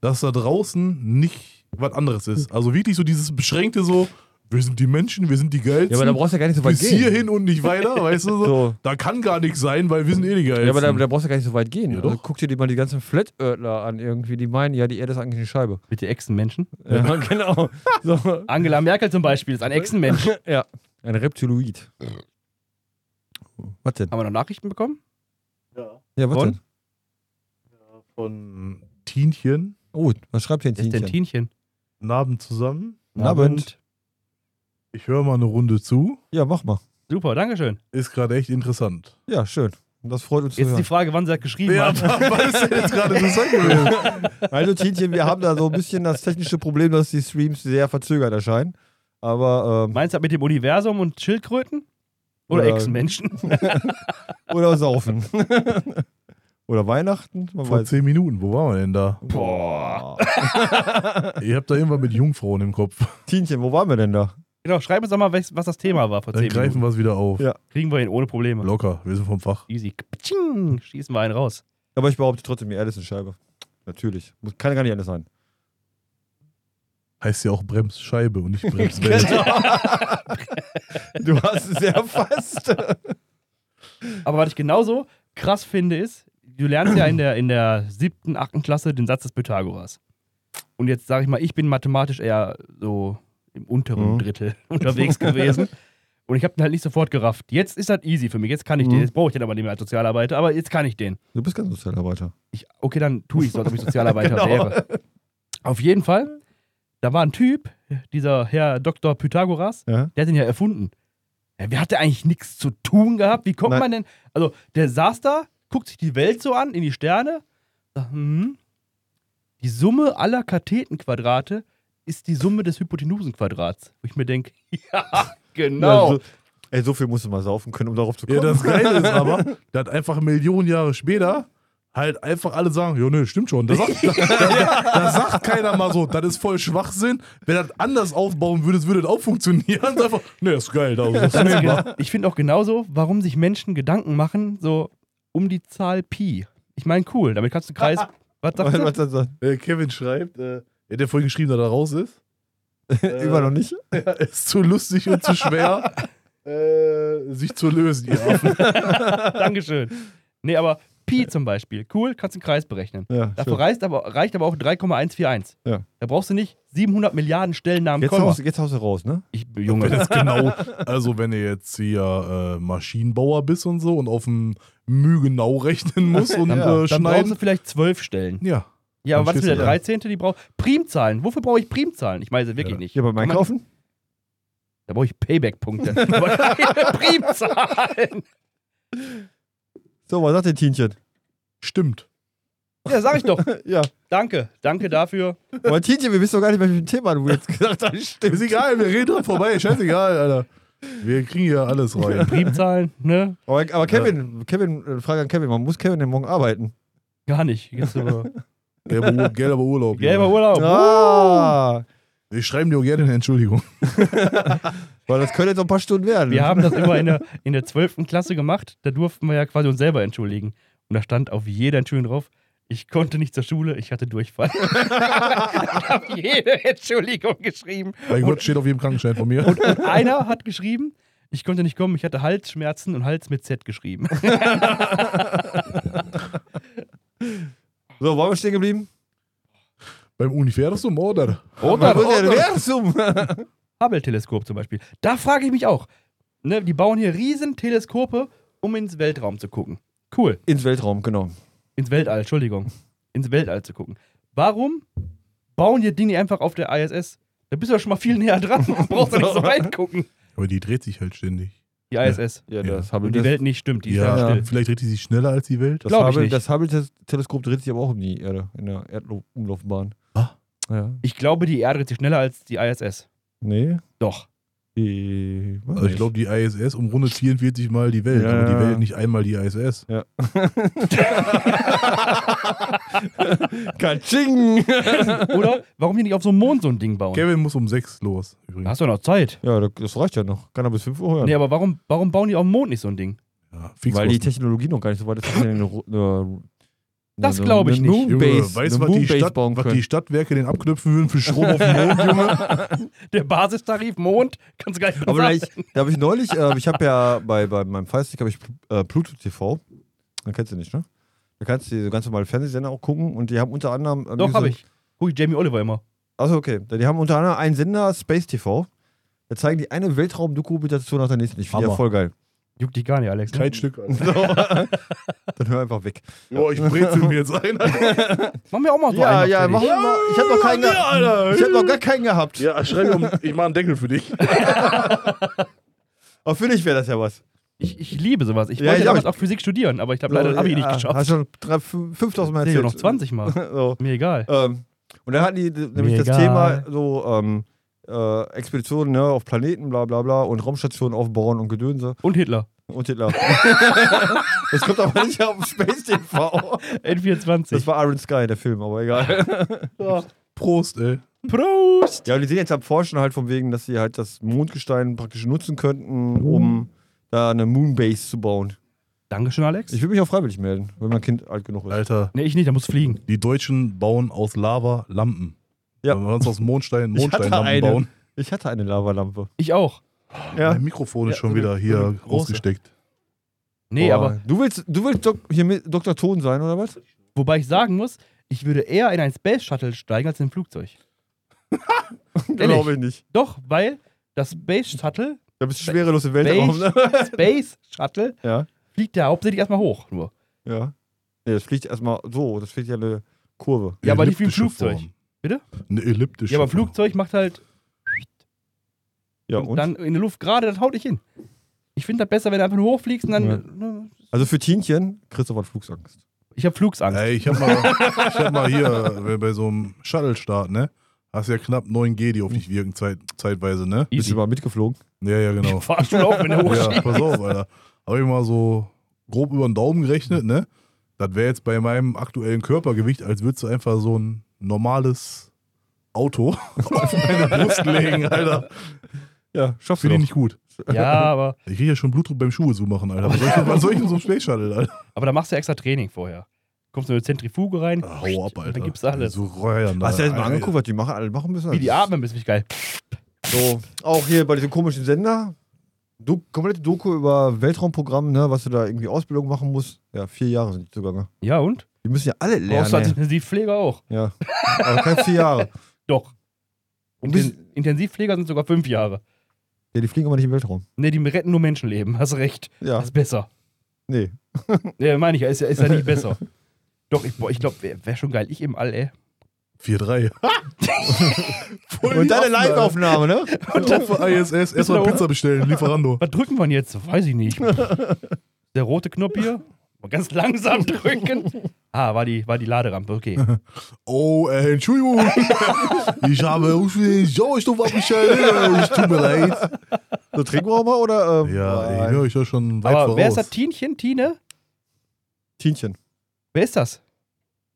dass da draußen nicht was anderes ist. Also wirklich so dieses beschränkte so, wir sind die Menschen, wir sind die Geilsten,
Ja, aber da brauchst du ja gar nicht so weit
bis
gehen.
hierhin und nicht weiter, weißt du? So.
So.
Da kann gar nichts sein, weil wir sind eh die Geilsten.
Ja, aber da, da brauchst du gar nicht so weit gehen.
Ja,
also,
doch.
guck dir die mal die ganzen flat an, irgendwie. Die meinen, ja, die Erde ist eigentlich eine Scheibe.
Bitte Echsenmenschen.
Ja, genau. So,
Angela Merkel zum Beispiel ist ein Echsenmensch.
ja. Ein Reptiloid. Was denn?
Haben wir noch Nachrichten bekommen?
Ja,
Ja, was
Von?
denn?
ja, von
Tienchen,
Oh, was schreibt hier ein
Wer ist
Tienchen?
denn Tienchen?
Narben zusammen.
Abend.
Ich höre mal eine Runde zu.
Ja, mach mal.
Super, Dankeschön.
Ist gerade echt interessant.
Ja, schön. Das freut uns
Jetzt
zu
ist die
hören.
Frage, wann sie das geschrieben
Ja,
hat.
was ist denn jetzt gerade interessant gewesen?
Also, Tienchen, wir haben da so ein bisschen das technische Problem, dass die Streams sehr verzögert erscheinen. Aber, ähm,
Meinst du das mit dem Universum und Schildkröten? Oder
Ja.
Echsenmenschen?
ähm, oder saufen. oder Weihnachten, man
Vor
weiß.
zehn Minuten, wo waren wir denn da?
Boah.
Ihr habt da irgendwann mit Jungfrauen im Kopf.
Tienchen, wo waren wir denn da?
Genau, schreib uns doch mal, was was das Thema war vor
Dann
10
greifen
Minuten.
wir es wieder auf.
Ja.
Kriegen wir ihn ohne Probleme.
Locker, wir sind vom Fach.
Easy. Ptsching, schießen wir einen raus.
Aber ich behaupte trotzdem, die Erde ist eine Scheibe. Natürlich. Muss- Kann gar nicht anders sein.
Heißt ja auch Bremsscheibe und nicht Bremswelt.
Du hast es sehr fast.
Aber was ich genauso krass finde, ist, du lernst ja in der, in der siebten, achten Klasse den Satz des Pythagoras. Und jetzt sage ich mal, ich bin mathematisch eher so im unteren
Mhm.
Drittel unterwegs gewesen. Und ich habe den halt nicht sofort gerafft. Jetzt ist das easy für mich. Jetzt kann ich den.
Mhm.
Jetzt brauche ich den aber nicht mehr als Sozialarbeiter, aber jetzt kann ich den.
Du bist kein Sozialarbeiter.
Ich, okay, dann tue ich so, als ob ich Sozialarbeiter
Genau.
wäre. Auf jeden Fall, da war ein Typ, dieser Herr Dr. Pythagoras,
Ja.
der hat den ja erfunden. Ja, wer hat da eigentlich nichts zu tun gehabt? Wie kommt
Nein.
man denn? Also, der saß da, guckt sich die Welt so an, in die Sterne, sagt, hm, die Summe aller Kathetenquadrate ist die Summe des Hypotenusenquadrats. Wo ich mir denke, ja, genau.
Ja, so, ey, so viel musst du mal saufen können, um darauf zu kommen.
ja, das Geile ist aber, dass einfach Millionen Jahre später halt einfach alle sagen, jo, nö, stimmt schon. Da sagt, da, da, da sagt keiner mal so, das ist voll Schwachsinn. Wenn das anders aufbauen würdest, würde das auch funktionieren. Einfach, nö, ist geil. Da, das
Das ist
nehmen wir.
genau- ich finde auch genauso, warum sich Menschen Gedanken machen, so um die Zahl Pi. Ich meine, cool, damit kannst du Kreis. Was sagst du?
Was das sagt.
Äh, Kevin schreibt, äh, der hat ja vorhin geschrieben, dass er raus ist. Äh,
Immer noch nicht.
Ja, ist zu lustig und zu schwer, äh, sich zu lösen, ihr Affen.
Dankeschön. Nee, aber Pi zum Beispiel, cool, kannst du einen Kreis berechnen.
Ja,
Dafür
schön.
reicht aber, reicht aber auch 3,141.
Ja.
Da brauchst du nicht 700 Milliarden Stellen nach dem
jetzt,
Komma.
haust, jetzt haust du raus, ne?
Ich,
Wenn
Junge,
das genau, also wenn ihr jetzt hier äh, Maschinenbauer bist und so und auf dem Mügenau rechnen muss und
Ja,
äh,
dann brauchst du
schneiden.
vielleicht 12 Stellen.
Ja,
Ja,
Dann
aber was mit der
schießt du
13. die braucht. Primzahlen. Wofür brauche ich Primzahlen? Ich meine sie wirklich
Ja.
nicht.
Hier beim
Kann man-
Einkaufen?
Da brauche ich Payback-Punkte. aber keine Primzahlen.
So, was sagt der Tienchen?
stimmt.
Ja, sag ich doch.
Ja.
Danke. Danke dafür.
Aber Tienchen, wir wissen doch gar nicht, bei welchem Thema du jetzt gesagt hast. Stimmt.
Ist egal, wir reden dran vorbei, scheißegal, Alter. Wir kriegen hier alles rein.
Primzahlen, ne?
Aber, aber Kevin, Kevin, äh, Frage an Kevin, man muss Kevin denn morgen arbeiten?
Gar nicht. Jetzt aber-
Gelber, Ur gelber Urlaub.
Gelber
Junge.
Urlaub. Oh.
Ah!
Ich schreibe dir auch gerne eine Entschuldigung.
Weil das könnte jetzt noch ein paar Stunden werden.
Wir haben das immer in der, in der 12. Klasse gemacht. Da durften wir ja quasi uns selber entschuldigen. Und da stand auf jeder Entschuldigung drauf, ich konnte nicht zur Schule, ich hatte Durchfall. ich habe jede Entschuldigung geschrieben.
Bei Gott steht auf jedem Krankenschein von mir.
Und einer hat geschrieben, ich konnte nicht kommen, ich hatte Halsschmerzen und Hals mit Z geschrieben.
so, waren wir stehen geblieben?
Beim Universum, oder?
Oder
Wo ist der Universum?
Hubble-Teleskop zum Beispiel. Da frage ich mich auch. Ne, die bauen hier riesen Teleskope, um ins Weltraum zu gucken. Cool.
Ins Weltraum, genau.
Ins Weltall, Entschuldigung. Ins Weltall zu gucken. Warum bauen hier Dinge einfach auf der ISS? Da bist du ja schon mal viel näher dran. Brauchst du nicht so reingucken.
Aber die dreht sich halt ständig.
Die ISS.
Ja,
Ja.
Hubble-
Und die
das-
Welt nicht stimmt. Die ist
Ja,
ja still.
vielleicht dreht die sich schneller als die Welt.
Das
Glaub ich
Hubble-
nicht.
das Hubble-Teleskop dreht sich aber auch um die Erde, in der Erdumlaufbahn.
Ah.
Ja.
Ich glaube, die Erde dreht sich schneller als die ISS.
Nee.
Doch.
Die, weiß
Also ich
nicht.
glaube, die ISS umrundet 44 Mal die Welt,
Ja,
aber die
ja.
Welt nicht einmal die ISS.
Katsching!
Oder warum die nicht auf so einem Mond so ein Ding bauen?
Kevin muss um 6 los.
Da
Übrigens.
hast du noch Zeit.
Ja, das- das reicht ja noch. Kann er bis 5 Uhr hören.
Nee, aber warum, warum bauen die auf dem Mond nicht so ein Ding?
Ja, fix
Weil die
kosten.
Technologie noch gar nicht so weit ist. dass wir eine Ru- eine-
Das
eine-
glaub ich
eine
nicht.
Junge,
Moonbase,
weißt du, was,
eine
die
Moonbase
Stadt,
bauen
was
können.
die Stadtwerke den abknüpfen würden für Strom auf dem Mond, Junge?
Der Basistarif Mond? Kannst du gar nicht
Aber da, ich, da habe ich neulich, äh, ich habe ja bei, bei meinem Firestick habe ich äh, Pluto TV. Dann kennst du nicht, ne? Da kannst du die so ganz normale Fernsehsender auch gucken und die haben unter anderem. äh,
Doch,
so-
habe ich. Hui, Jamie Oliver immer.
Achso, okay. Die haben unter anderem einen Sender, Space TV. Da zeigen die eine Weltraum-Dokumentation nach der nächsten. Ich finde ja
Hammer.
voll geil.
Juckt dich gar nicht, Alex. ne?
Kein Stück. Alter.
So. Dann hör einfach weg.
Boah, ich brezel mir jetzt ein. Alter.
Machen wir auch mal so
ja,
einen
ja,
noch
machen
fertig.
wir mal. Ich habe noch keinen.
Ja, Alter.
ge- Ich habe noch gar keinen gehabt.
Ja, schreib um, ich mache einen Deckel für dich.
Aber für dich wäre das ja was.
ich, ich liebe sowas. Ich
Ja,
wollte
ich
damals
auch.
auch Physik studieren, aber ich glaube, leider habe ich nicht
ja,
geschafft.
Hast schon drei- fün- 5000 Mal
Nee,
erzählt.
noch 20 Mal.
so.
Mir egal.
Ähm, und dann hatten die d- nämlich das
Egal.
Thema so ähm, äh, Expeditionen ne, auf Planeten, bla bla bla und Raumstationen aufbauen und Gedönse
Und Hitler.
und Hitler. das kommt aber nicht auf Space TV. Das
N24.
war Iron Sky, der Film, aber egal.
Prost, ey.
Prost!
Ja, und die sind jetzt am Forschen halt von wegen, dass sie halt das Mondgestein praktisch nutzen könnten,
Uh.
um da eine Moonbase zu bauen.
Dankeschön, Alex.
Ich würde mich auch freiwillig melden, wenn mein Kind alt genug ist.
Alter,
nee, ich nicht, da muss fliegen.
die Deutschen bauen aus Lava Lampen.
Ja.
Wenn wir uns aus Mondstein
Ich hatte
Mondsteinlampen
eine.
bauen.
Ich hatte eine Lavalampe.
Ich auch.
Ja.
Mein Mikrofon ist
Ja,
schon
so eine-
wieder
so
hier
eine große.
ausgesteckt.
Nee,
Boah.
aber
Du willst, du willst Dok hier mit Dr. Ton sein, oder was?
wobei ich sagen muss, ich würde eher in ein Space Shuttle steigen als in ein Flugzeug.
Glaube ich nicht.
Doch, weil das Space Shuttle,
Da bist du schwerelos im Weltraum. Ne?
Space Shuttle,
Ja,
fliegt ja hauptsächlich erstmal hoch nur.
ja. Nee, das fliegt erstmal so, das fliegt ja eine Kurve.
Ja, aber nicht wie ein
Elliptische
Flugzeug.
Form.
Bitte?
Eine elliptische
Ja, aber ein
Form.
Flugzeug macht halt
Ja,
und, dann in der Luft gerade, das haut nicht hin. Ich finde das besser, wenn du einfach nur hochfliegst und dann.
Ja.
Ne,
also für Tienchen, Christoph hat Flugangst.
ich habe Flugsangst.
Ey, ich hab mal, ich hab mal hier äh, bei so einem Shuttle-Start, ne? Hast ja knapp 9 G, die auf dich wirken, zeit, zeitweise, ne?
Bist du
Easy.
mal mitgeflogen?
Ja, ja, genau.
Fahrst
Oh,
du auch, wenn du
Ja,
hochschiebst.
pass auf, Alter. Hab ich mal so grob über den Daumen gerechnet, ne? Das wäre jetzt bei meinem aktuellen Körpergewicht, als würdest du einfach so ein normales Auto auf meine Brust legen, Alter.
Ja, schaffst du
Finde ich
doch.
nicht gut.
Ja, aber,
Ich kriege ja schon Blutdruck beim Schuhe zumachen, Alter. Was soll ich, was soll ich in so einem Space Shuttle, Alter?
aber da machst du ja extra Training vorher. Kommst du in eine Zentrifuge rein,
Ah, Hau ab, Alter.
da gibt's alles.
So reuern,
Hast
Alter.
du jetzt mal angeguckt, was die machen, alle machen müssen?
wie die atmen, bist mich geil.
So, auch hier bei diesem komischen Sender. Du, komplette Doku über Weltraumprogramm, ne, was du da irgendwie Ausbildung machen musst. Ja, vier Jahre sind die zugange.
Ja und?
Die müssen ja alle
Brauchst du halt als
lernen.
Intensivpfleger auch.
ey. Ja. Aber keine vier Jahre.
Doch.
Und bis-
Inten- Intensivpfleger sind sogar fünf Jahre.
Ja, die fliegen aber nicht im Weltraum.
Ne, die retten nur Menschenleben. Hast recht.
Ja,
Das ist besser.
nee.
Ja, meine ich, ja, ist ja, ist ja nicht besser. Doch, ich, boah, ich glaube, wäre wär schon geil. Ich im All, ey.
4-3. Voll
Und
die
deine
Affen,
Live-Aufnahme, ne?
Alter. Genau. Auf der ISS, erstmal Pizza bestellen, Lieferando.
Was drücken wir denn jetzt? Weiß ich nicht. Der rote Knopf hier. Mal ganz langsam drücken. Ah, war die, war die Laderampe, okay.
Oh, äh, Entschuldigung. ich habe Sauerstoff abgestellt. äh, Es tut mir leid.
So trinken wir auch mal oder? Ähm,
Ja, ey,
nein.
höre ich ja schon weit
Aber wer ist
voraus.
das Tienchen, Tine?
Tienchen.
Wer ist das?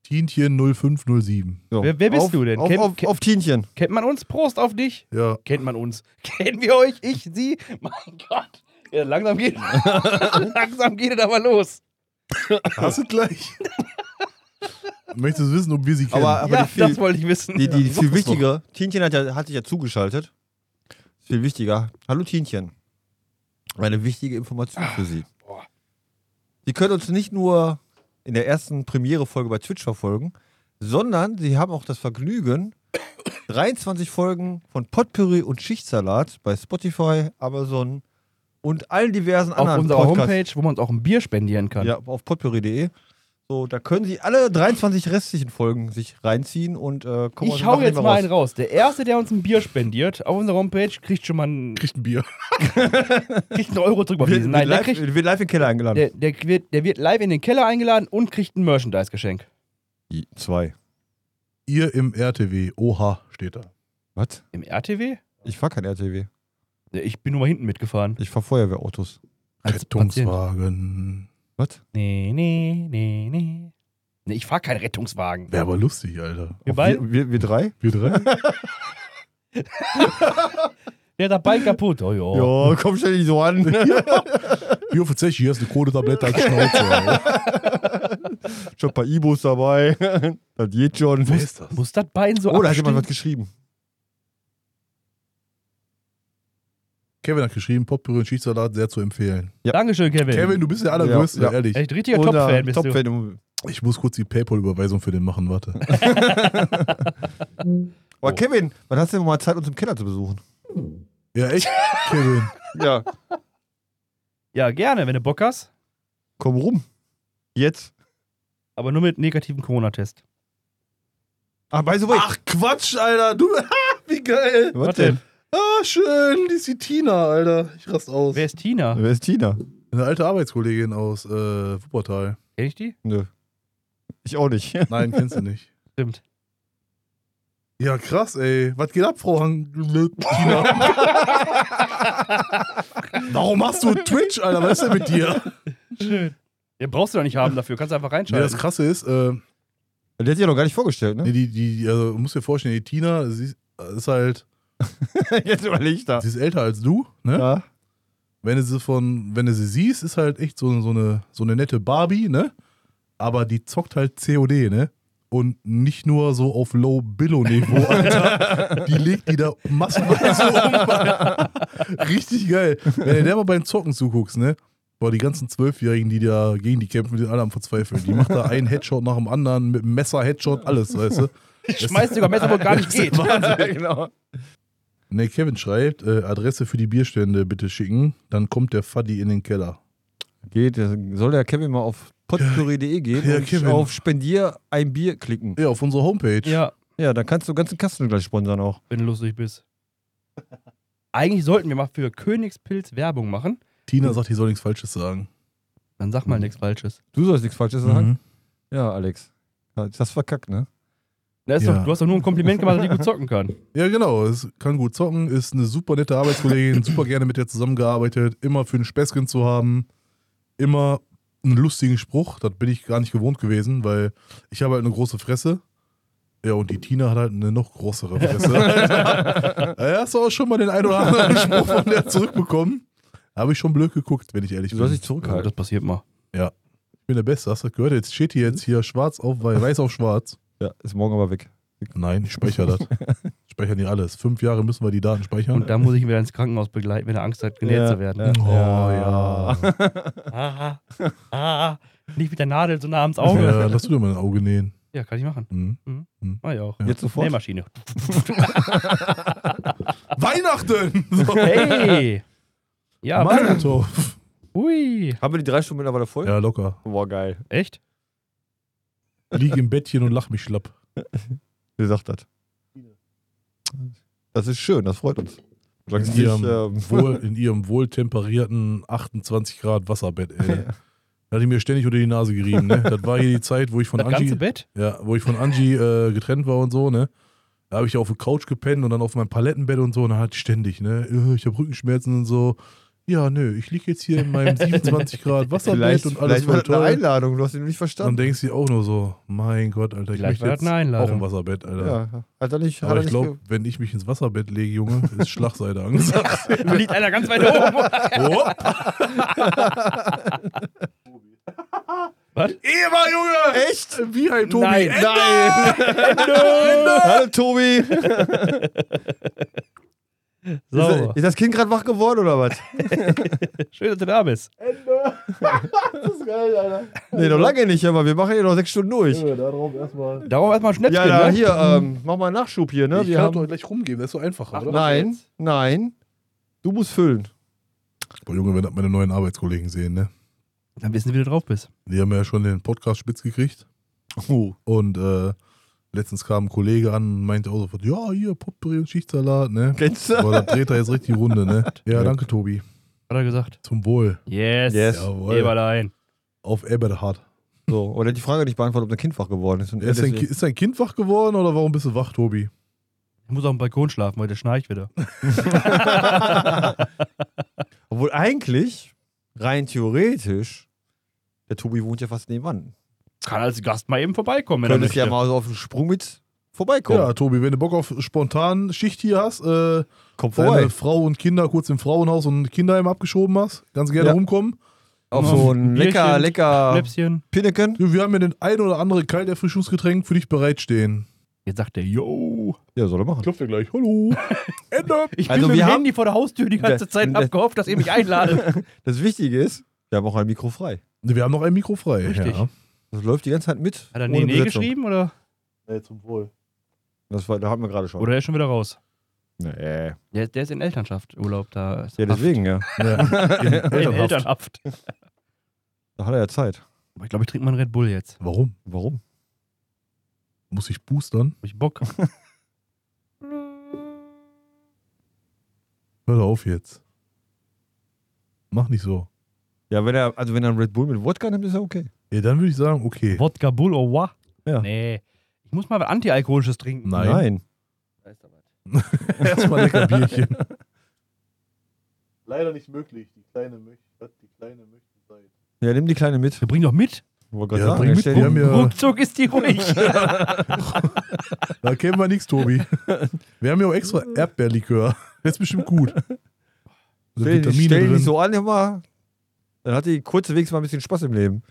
Tienchen 0507.
So.
Wer- wer bist
auf,
du denn?
Auf,
Ken-
auf,
Ken-
auf Tienchen.
Kennt man uns? Prost auf dich.
Ja,
Kennt man uns? Kennen wir euch? Ich, sie? Mein Gott. Ja, langsam geht langsam geht es aber los.
hast du gleich. Möchtest du wissen, ob wir sie kennen?
Aber, aber
ja,
die, viel,
das wollte ich wissen.
die, die, die viel
Ja, sag das doch.
wichtige, Tienchen hat, ja, hat sich ja zugeschaltet. Ist viel wichtiger. Hallo Tienchen. Eine wichtige Information für Sie.
Ah, boah.
Sie können uns nicht nur in der ersten Premiere-Folge bei Twitch verfolgen, sondern Sie haben auch das Vergnügen, 23 Folgen von Potpourri und Schichtsalat bei Spotify, Amazon und allen diversen
Auf
anderen
unserer
Podcasts-
Homepage, wo man uns auch ein Bier spendieren kann.
Ja, auf potpourri.de. So, da können Sie alle 23 restlichen Folgen sich reinziehen und äh, gucken,
ich
wir
hau
machen die
jetzt mal einen
raus.
raus. Der Erste, der uns ein Bier spendiert, auf unserer Homepage, kriegt schon mal einen,
kriegt ein Bier.
kriegt einen Euro drüber.
Wir,
Nein, der,
live,
kriegt,
wir live in den Keller eingeladen.
der, der, wird, der wird live in den Keller eingeladen und kriegt ein Merchandise-Geschenk.
I- Zwei.
Ihr im RTW. Oha, steht da.
Was?
Im RTW?
Ich fahr kein RTW.
Ja, Ich bin nur mal hinten mitgefahren.
Ich fahr Feuerwehrautos.
Als
Rettungswagen.
Was?
Nee, nee, nee, nee. Nee, ich fahr keinen Rettungswagen.
Wäre aber lustig, Alter.
Wir
Auch
beide?
Wir, wir, wir drei?
Wir drei?
Der hat das Bike kaputt. Oh, ja.
Ja, komm stell dich so an.
Hier auf der Zeche, hier ist eine Kohletablette als Schnauze. Alter.
schon ein paar E-Bus dabei. das geht schon.
Wer ist das?
Muss das Bein so
Oh, da hat jemand
abstimmen?
was geschrieben.
Kevin hat geschrieben, Potpourri und Schießsalat sehr zu empfehlen.
Dankeschön, Kevin.
Kevin, du bist der allergrößte,
Ja, ja.
ehrlich.
Echt richtiger
Und, äh,
Top-Fan bist du.
Top-Fan.
Ich muss kurz die PayPal-Überweisung für den machen, warte.
Aber
Oh.
Kevin, wann hast du denn mal Zeit, uns im Keller zu besuchen?
Ja, echt, Kevin.
Ja.
Ja, gerne, wenn du Bock hast.
Komm rum. Jetzt.
Aber nur mit negativen Corona-Test.
Ach, Ah, by the way.
Ach Quatsch, Alter. Du, wie geil.
was denn?
Ah, schön. Die ist die Tina, Alter. Ich rast aus.
Wer ist Tina?
Wer ist Tina?
Eine alte Arbeitskollegin aus äh, Wuppertal.
Kenn ich die?
Nö. Ich auch nicht.
Nein, kennst du nicht.
Stimmt.
Ja, krass, ey. Was geht ab, Frau Hang Tina? Warum machst du Twitch, Alter? Was ist denn mit dir?
Schön. Den brauchst du doch nicht haben dafür. Kannst du einfach
Nee,
reinschalten.
das Krasse ist, äh,
Der hat sich ja noch gar nicht vorgestellt,
nee,
ne?
die, die, die, also, du musst dir vorstellen, die Tina sie ist, ist halt,
Jetzt überleg ich da.
sie ist älter als du, ne?
Ja.
wenn du sie von, wenn du sie siehst, ist halt echt so, so, eine, so eine nette Barbie, ne? Aber die zockt halt COD, ne? Und nicht nur so auf Low-Billow-Niveau, Alter. die legt die da massenweise um. Alter. Richtig geil. Wenn du der mal beim Zocken zuguckst, ne? Boah, die ganzen Zwölfjährigen, die da gegen die kämpfen, die sind alle am Verzweifeln. Die macht da einen Headshot nach dem anderen, mit einem Messer, Headshot, alles, weißt du?
Ich schmeiß sogar Messer, wo gar nicht geht.
genau.
Ne, Kevin schreibt, äh, Adresse für die Bierstände bitte schicken, dann kommt der Faddy in den Keller.
Geht, äh, soll der Kevin mal auf potpourri.de gehen
Ja,
und
Kevin.
auf Spendier ein Bier klicken.
Ja, auf unserer Homepage.
Ja,
Ja, dann kannst du ganzen Kasten gleich sponsern auch.
wenn du lustig bist. Eigentlich sollten wir mal für Königspilz Werbung machen.
Tina sagt, ich soll nichts Falsches sagen.
Dann sag mal nichts Falsches.
Du sollst nichts Falsches
Mhm.
sagen. Ja, Alex. Ja, Das ist verkackt, ne?
Na, ist
Ja.
doch, du hast doch nur ein Kompliment gemacht, dass ich gut zocken kann.
Ja, genau. Es kann gut zocken, ist eine super nette Arbeitskollegin, super gerne mit der zusammengearbeitet, immer für einen Späßchen zu haben, immer einen lustigen Spruch, das bin ich gar nicht gewohnt gewesen, weil ich habe halt eine große Fresse. Ja, und die Tina hat halt eine noch größere Fresse. ja, hast du auch schon mal den einen oder anderen Spruch von der zurückbekommen? Habe ich schon blöd geguckt, wenn ich ehrlich
Du
bin.
sollst dich
Ja,
zurückhalten.
Also das passiert mal.
Ich bin der Beste, hast du das gehört? Jetzt steht hier jetzt hier schwarz auf weiß, weiß auf schwarz.
Ja, ist morgen aber weg.
Nein, ich speichere das. Ich Speichern die alles. Fünf Jahre müssen wir die Daten speichern.
Und dann muss ich ihn wieder ins Krankenhaus begleiten, wenn er Angst hat, genäht zu werden.
Oh,
Ah, ah, nicht mit der Nadel, sondern abends
ja.
Auge. Ja,
lass du dir mal ein Auge nähen.
kann ich machen.
Hm.
Mach ich auch.
Jetzt sofort.
Nähmaschine.
Weihnachten! So.
Hey! Ja, aber,
Molotow.
ui.
Haben wir die drei Stunden mittlerweile voll?
Ja, locker.
Boah, geil.
Echt?
Lieg im Bettchen und lach mich schlapp.
Wer sagt das? Das ist schön, das freut uns. Solange es
Ja.
nicht, ähm,
Wohl, in ihrem wohltemperierten 28 Grad Wasserbett, ey. Da hat die mir ständig unter die Nase gerieben, ne? Das war hier die Zeit, wo ich von
Das ganze
Angie,
Bett?
ja, wo ich von Angie äh, getrennt war und so, ne? Da habe ich auf der Couch gepennt und dann auf meinem Palettenbett und so und dann halt ständig, ne? äh, Ich habe Rückenschmerzen und so. Ja, nö, ich liege jetzt hier in meinem 27 Grad Wasserbett
vielleicht,
und alles
vielleicht war
voll
das eine
toll.
Einladung, du hast ihn nicht
Dann
verstanden.
denkst du dir auch nur so, mein Gott, Alter, ich möchte
Vielleicht war
jetzt
das eine Einladung.
auch im Wasserbett, Alter.
Ja, hat er nicht. hat
Aber ich
er nicht
glaube, wenn ich mich ins Wasserbett lege, Junge, ist Schlagseite angesagt.
Da liegt einer ganz weit oben.
Hopp.
Was?
Eva, Junge! Echt? Wie ein Tobi.
Nein,
Ende!
ge- Hallo Tobi! Ist,
So,
das- ist das Kind gerade wach geworden oder was?
schön, dass du da bist.
Ende! das ist geil, Alter.
Nee, noch lange nicht, aber wir machen hier noch sechs Stunden durch.
Junge, da drauf erstmal.
Darum erstmal ein Schnäppchen,
Ja, ja,
ne?
hier, ähm, mach mal einen Nachschub hier, ne?
ich
Wir
kann doch
haben,
gleich rumgeben, das ist so einfacher, oder?
nein, nein. Du musst füllen.
Boah, Junge, wenn das meine neuen Arbeitskollegen sehen, ne?
Dann wissen wir, wie du drauf bist.
Die haben ja schon den Podcast spitz gekriegt. Und äh, letztens kam ein Kollege an und meinte auch sofort, ja, hier, Potpourri und Schichtsalat, ne?
Kennst du?
Boah, da dreht er jetzt richtig die Runde, ne? Ja, danke, Tobi.
Hat er gesagt.
Zum Wohl.
Yes.
Yes.
Jawohl.
Eberlein.
Auf Eberhard.
So, oder die Frage nicht beantwortet, ob dein Kind wach geworden ist. Und
Ist dein, Ki-
deswegen-
ist dein Kind wach geworden oder warum bist du wach, Tobi?
Ich muss auf dem Balkon schlafen, weil der schnarcht wieder.
Obwohl eigentlich, rein theoretisch, der Tobi wohnt ja fast nebenan.
Kann als Gast mal eben vorbeikommen, wenn
Könntest ja
er möchte.
mal so auf den Sprung mit vorbeikommen.
Ja, Tobi, wenn du Bock auf spontan Schicht hier hast, äh,
Komm vorbei.
deine Frau und Kinder kurz im Frauenhaus und Kinderheim abgeschoben hast, ganz gerne
Ja.
rumkommen.
Auf
Auf
so
ein
ein lecker,
Bierchen,
lecker
Schnäpschen.
Pinneken.
Du, Wir haben ja den ein oder andere Kalterfrischungsgetränk für dich bereitstehen.
Jetzt sagt er, yo.
Ja, soll er machen.
Klopft dir gleich. Hallo. Ende.
Ich
Also,
bin mit
wir
dem
haben-
Handy vor der Haustür die ganze
Der-
Zeit und hab
der-
gehofft, dass ihr mich einladet.
Das Wichtige ist, wir haben auch ein Mikro frei.
Wir haben noch ein Mikro frei.
Richtig.
Ja.
Das läuft die ganze Zeit mit.
Hat er
ohne
nee, nee
Besetzung.
geschrieben oder?
Nee, zum Wohl.
Das war, da hatten wir gerade schon.
Oder er ist schon wieder raus?
Nee.
Der, der ist in Elternschaft, Urlaub da. Ist
Ja, deswegen, ja.
Ja. In
Haft. In
Elternhaft.
Elternhaft.
Da hat er ja Zeit.
Aber Ich glaube, ich trinke mal einen Red Bull jetzt.
Warum?
Warum?
Muss ich boostern?
Hab ich Bock.
Hör doch auf jetzt. Mach nicht so.
Ja, wenn er, also wenn er einen Red Bull mit Wodka nimmt, ist ja okay.
Ja, dann würde ich sagen, okay.
Wodka Bull, oh wa?
Ja.
Nee. Ich muss mal was Antialkoholisches trinken.
Nein.
Da ist er was.
Erstmal lecker Bierchen.
Leider nicht möglich. Die kleine möchte, was die kleine möchte sein.
Ja, nimm die Kleine mit.
Wir bringen doch mit.
Wollte gerade
Ja,
sagen,
bring
er
mit,
stellt
Wir
die-
haben ja-
Ruckzuck ist die ruhig.
Da kennen wir nichts, Tobi. Wir haben ja auch extra Erdbeerlikör. Das ist bestimmt gut. Da sind
stell, die-
Vitamine
stell die
drin.
nicht so an, immer. Dann hat die kurzwegs mal ein bisschen Spaß im Leben.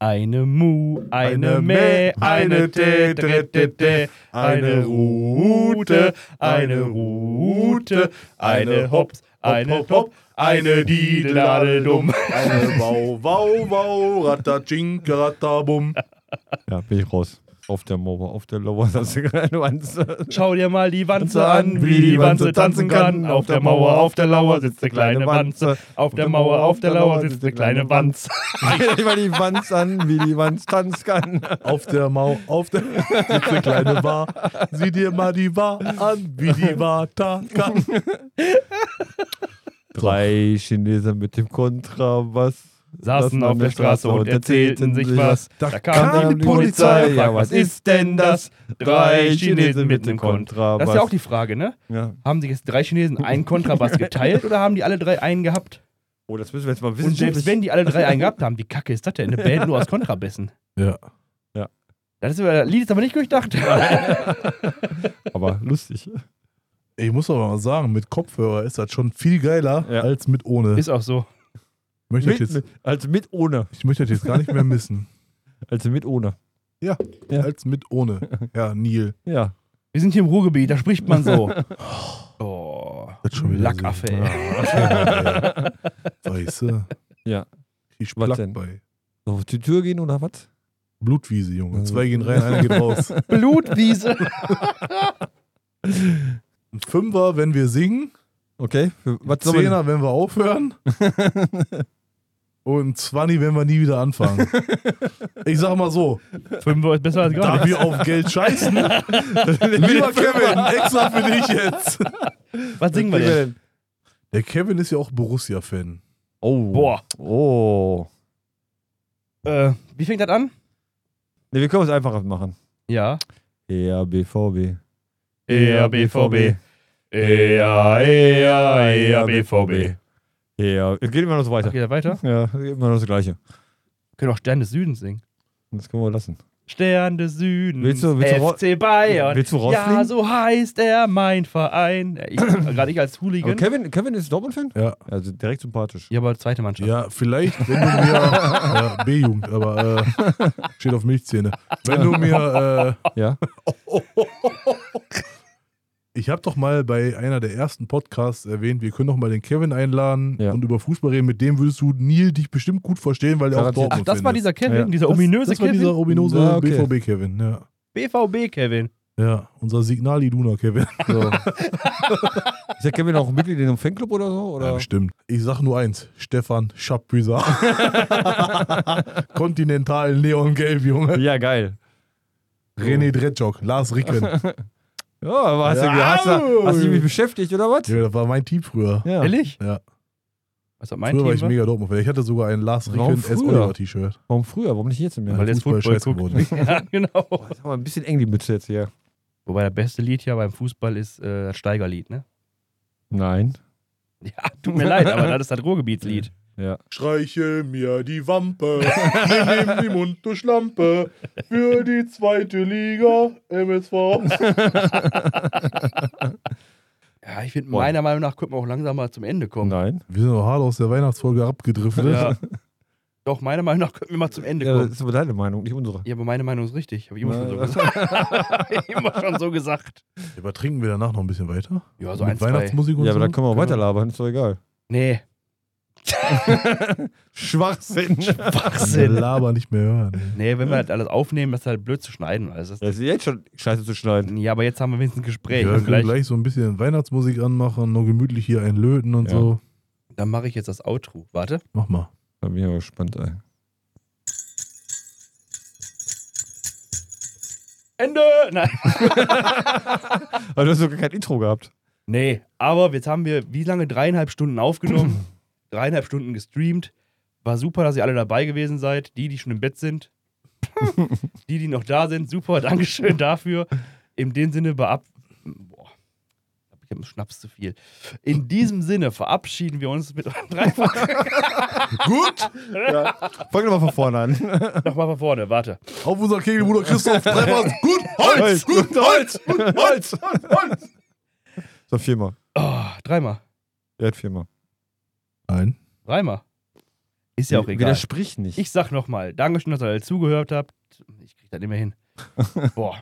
Eine Mu, eine,
Eine
Mäh,
Mäh,
eine
eine Tee,
Tee, Tee,
Tee,
Tee, Tee, eine
eine
Rute, eine Rute, eine Hops, eine Top, eine Dideladedum.
Eine Wow, Wow, Wow, Ratatschink, Ratabum.
Ja, bin ich raus. Auf der Mauer, auf der Lauer, das ist gerade ganz-
Schau dir mal die Wanze an, wie die Wanze tanzen kann. Auf der Mauer, auf der Lauer sitzt eine kleine Wanze. Auf der Mauer, auf der Lauer sitzt eine kleine Wanze.
Schau dir mal die Wanz an, wie die Wanz tanzen kann.
Auf der Mau, auf der sitzt eine kleine Bar. Sieh dir mal die War an, wie die War tanzen kann.
Drei Chinesen mit dem Kontrabass.
Saßen auf der Straße und erzählten sich was. Da kam
kam
die
die
Polizei,
Polizei.
ja was ist denn das? Drei Chinesen mit dem Kontrabass.
Kontrabass.
Das ist ja auch die Frage, ne?
Ja.
Haben sich jetzt drei Chinesen einen Kontrabass geteilt oder haben die alle drei einen gehabt?
Oh, das müssen wir jetzt mal
Und selbst wenn
wissenschaftlich.
die alle drei einen gehabt haben, wie kacke ist das denn? Eine Band nur aus Kontrabässen.
Ja.
Das, ist, das Lied ist aber nicht durchdacht.
Aber lustig.
Ich muss aber mal sagen, mit Kopfhörer ist das schon viel geiler
Ja.
als mit ohne. Ich
ist auch so.
möchte,
Mit,
das jetzt,
mit,
also
als mit ohne.
ich möchte das jetzt gar nicht mehr missen.
Als mit ohne. Ja.
Als mit ohne. Ja, Neil.
Ja.
Wir sind hier im Ruhrgebiet, da spricht man so. Oh.
Das ist schon wieder
Lackaffe,
so.
ey.
Ja, ey. Weißt du?
Ja.
Ich
Was
plack
denn?
bei.
So, auf die Tür gehen oder was?
Blutwiese, Junge.
Also-
Zwei gehen rein, einer geht raus.
Blutwiese.
Ein Fünfer, wenn wir singen.
Okay. Für, was soll man,
Zehner, wenn wir aufhören. Und ein Zwanni, wenn wir nie wieder anfangen. Ich sag mal so,
Fünfer ist besser als gar
da
nichts.
wir auf Geld scheißen, lieber Kevin, extra für dich jetzt.
Was singen wir denn?
Der Kevin ist ja auch Borussia-Fan.
Oh.
Boah.
Oh.
Äh, wie fängt das an?
Ne, wir können es einfacher machen. E
Ja.
Ja, BVB.
Ja, BVB.
E
E Ja, ja, ja, BVB.
Ja, geht immer noch so weiter.
Okay, dann weiter.
Ja, immer noch das Gleiche.
Wir können auch Stern des Südens singen.
Das können wir lassen.
Stern des Südens.
Willst du- willst du rau-
FC Bayern.
Willst du rausfliegen?
ja, so heißt er mein Verein. Ja, ich- Gerade ich als Hooligan.
Aber Kevin, Kevin ist Dortmund-Fan?
Ja.
Also direkt sympathisch.
Ja, aber zweite Mannschaft.
Ja, vielleicht, wenn du mir. ja, B-Jugend, aber äh, steht auf Milchzähne. Wenn du mir. Äh,
Ja.
ich habe doch mal bei einer der ersten Podcasts erwähnt, wir können doch mal den Kevin einladen
Ja.
und über Fußball reden. Mit dem würdest du Neil dich bestimmt gut verstehen, weil er auch
Garantiert.
Dortmund
Ach, das
Fan
war
ist.
dieser Kevin,
Ja.
dieser
Das-
ominöse
Das war
Kevin.
dieser ominöse
Ja, okay.
BVB-Kevin, ja.
BVB Kevin.
Ja, unser Signal-Iduna-Kevin.
So. ist der Kevin auch Mitglied in einem Fanclub oder so?
Ja,
Oder?
bestimmt. Ich sag nur eins: Stefan Schapbüser. Kontinental Neongelb, Junge.
Ja, geil.
René Dretschok, Lars Ricken.
Ja, aber hast,
Ja.
Du, hast, du, hast du dich mit beschäftigt oder was?
Ja, das war mein Team früher.
Ja.
Ehrlich?
Ja.
Was hat mein
früher war
Team?
ich
war?
mega Dortmund. Ich hatte sogar ein Lars
Warum
Ricken S.
früher?
Oliver T-Shirt.
Warum früher? Warum nicht jetzt im Jahr?
Weil jetzt
Fußball
Football
scheiße
guckt. ja, genau.
Das ist aber ein bisschen eng die Mütze jetzt hier.
Wobei das beste Lied ja beim Fußball ist äh, das Steigerlied, ne?
Nein.
Ja, tut mir leid, aber das ist das Ruhrgebietslied.
Ja.
Streiche mir die Wampe, nimm die Mund, du Schlampe, für die zweite Liga MSV.
Ja, ich finde,
Boah.
meiner Meinung nach könnte man auch langsam mal zum Ende kommen.
Nein.
Wir sind auch hart aus der Weihnachtsfolge abgedriftet.
Ja. Doch, meiner Meinung nach könnten wir mal zum Ende
Ja, das
kommen.
ist aber deine Meinung, nicht unsere.
Ja, aber meine Meinung ist richtig. Habe ich immer schon so
Na,
gesagt. Hab ich immer schon so gesagt.
Übertrinken wir danach noch ein bisschen weiter?
Ja, so
Mit
ein, zwei.
Weihnachtsmusik und
Ja,
so?
aber dann können wir auch weiterlabern, ist doch egal.
Nee,
Schwachsinn.
Wir
Wachsinn.
Laber nicht mehr hören.
Nee, wenn wir das alles aufnehmen, das ist halt blöd zu schneiden. Also das
Das ist jetzt schon scheiße zu schneiden.
ja, aber jetzt haben wir wenigstens ein Gespräch.
ja,
Und
wir können
vielleicht,
gleich so ein bisschen Weihnachtsmusik anmachen, nur gemütlich hier einlöten und
Ja.
so.
Dann mache ich jetzt das Outro. Warte.
Mach mal.
Da bin ich aber gespannt, ey.
Ende! Nein.
Aber du hast sogar kein Intro gehabt.
Nee, aber jetzt haben wir wie lange? Dreieinhalb Stunden aufgenommen, dreieinhalb Stunden gestreamt. War super, dass ihr alle dabei gewesen seid. Die, die schon im Bett sind. die, die noch da sind, super, Dankeschön dafür. In dem Sinne beab. Boah. Ich habe Schnaps zu viel. In diesem Sinne verabschieden wir uns mit einem Dreifach.
Gut,
Fang doch mal von vorne an.
Nochmal von vorne, warte.
auf unser Kegelbruder Christoph Treffers. Gut, Holz,
Holz,
gut, Holz, gut, Holz.
So, viermal.
Oh, dreimal.
Er hat viermal.
Nein.
Dreimal. Ist ja auch egal.
Widersprich nicht.
Ich sag nochmal, Dankeschön, dass ihr alle zugehört habt. Ich krieg das nicht mehr hin. Boah.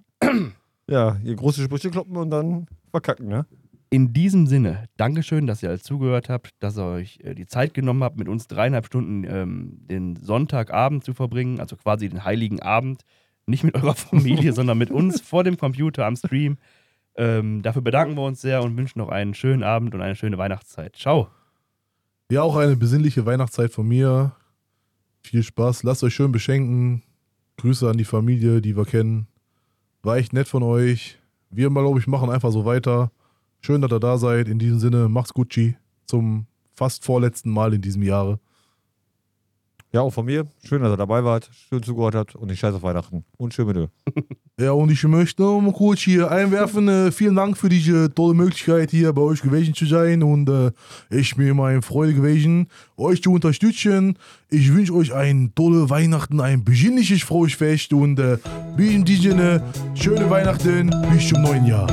ja, hier große Sprüche kloppen und dann verkacken, ne?
In diesem Sinne, Dankeschön, dass ihr alle zugehört habt, dass ihr euch äh, die Zeit genommen habt, mit uns dreieinhalb Stunden ähm, den Sonntagabend zu verbringen, also quasi den heiligen Abend. Nicht mit eurer Familie, sondern mit uns vor dem Computer am Stream. Ähm, dafür bedanken wir uns sehr und wünschen noch einen schönen Abend und eine schöne Weihnachtszeit. Ciao.
Ja, auch eine besinnliche Weihnachtszeit von mir. Viel Spaß. Lasst euch schön beschenken. Grüße an die Familie, die wir kennen. War echt nett von euch. Wir, glaube ich, machen einfach so weiter. Schön, dass ihr da seid. In diesem Sinne, macht's Gucci zum fast vorletzten Mal in diesem Jahre.
Ja, auch von mir. Schön, dass ihr dabei wart, schön zugehört habt und ich scheiße auf Weihnachten. Und schön mit dir.
Ja, und ich möchte noch mal kurz hier einwerfen. Äh, vielen Dank für diese tolle Möglichkeit, hier bei euch gewesen zu sein. Und äh, ich bin immer eine Freude gewesen, euch zu unterstützen. Ich wünsche euch ein tolle Weihnachten, ein besinnliches frohes Fest. Und äh, bis in diesem Sinne, schöne Weihnachten, bis zum neuen Jahr.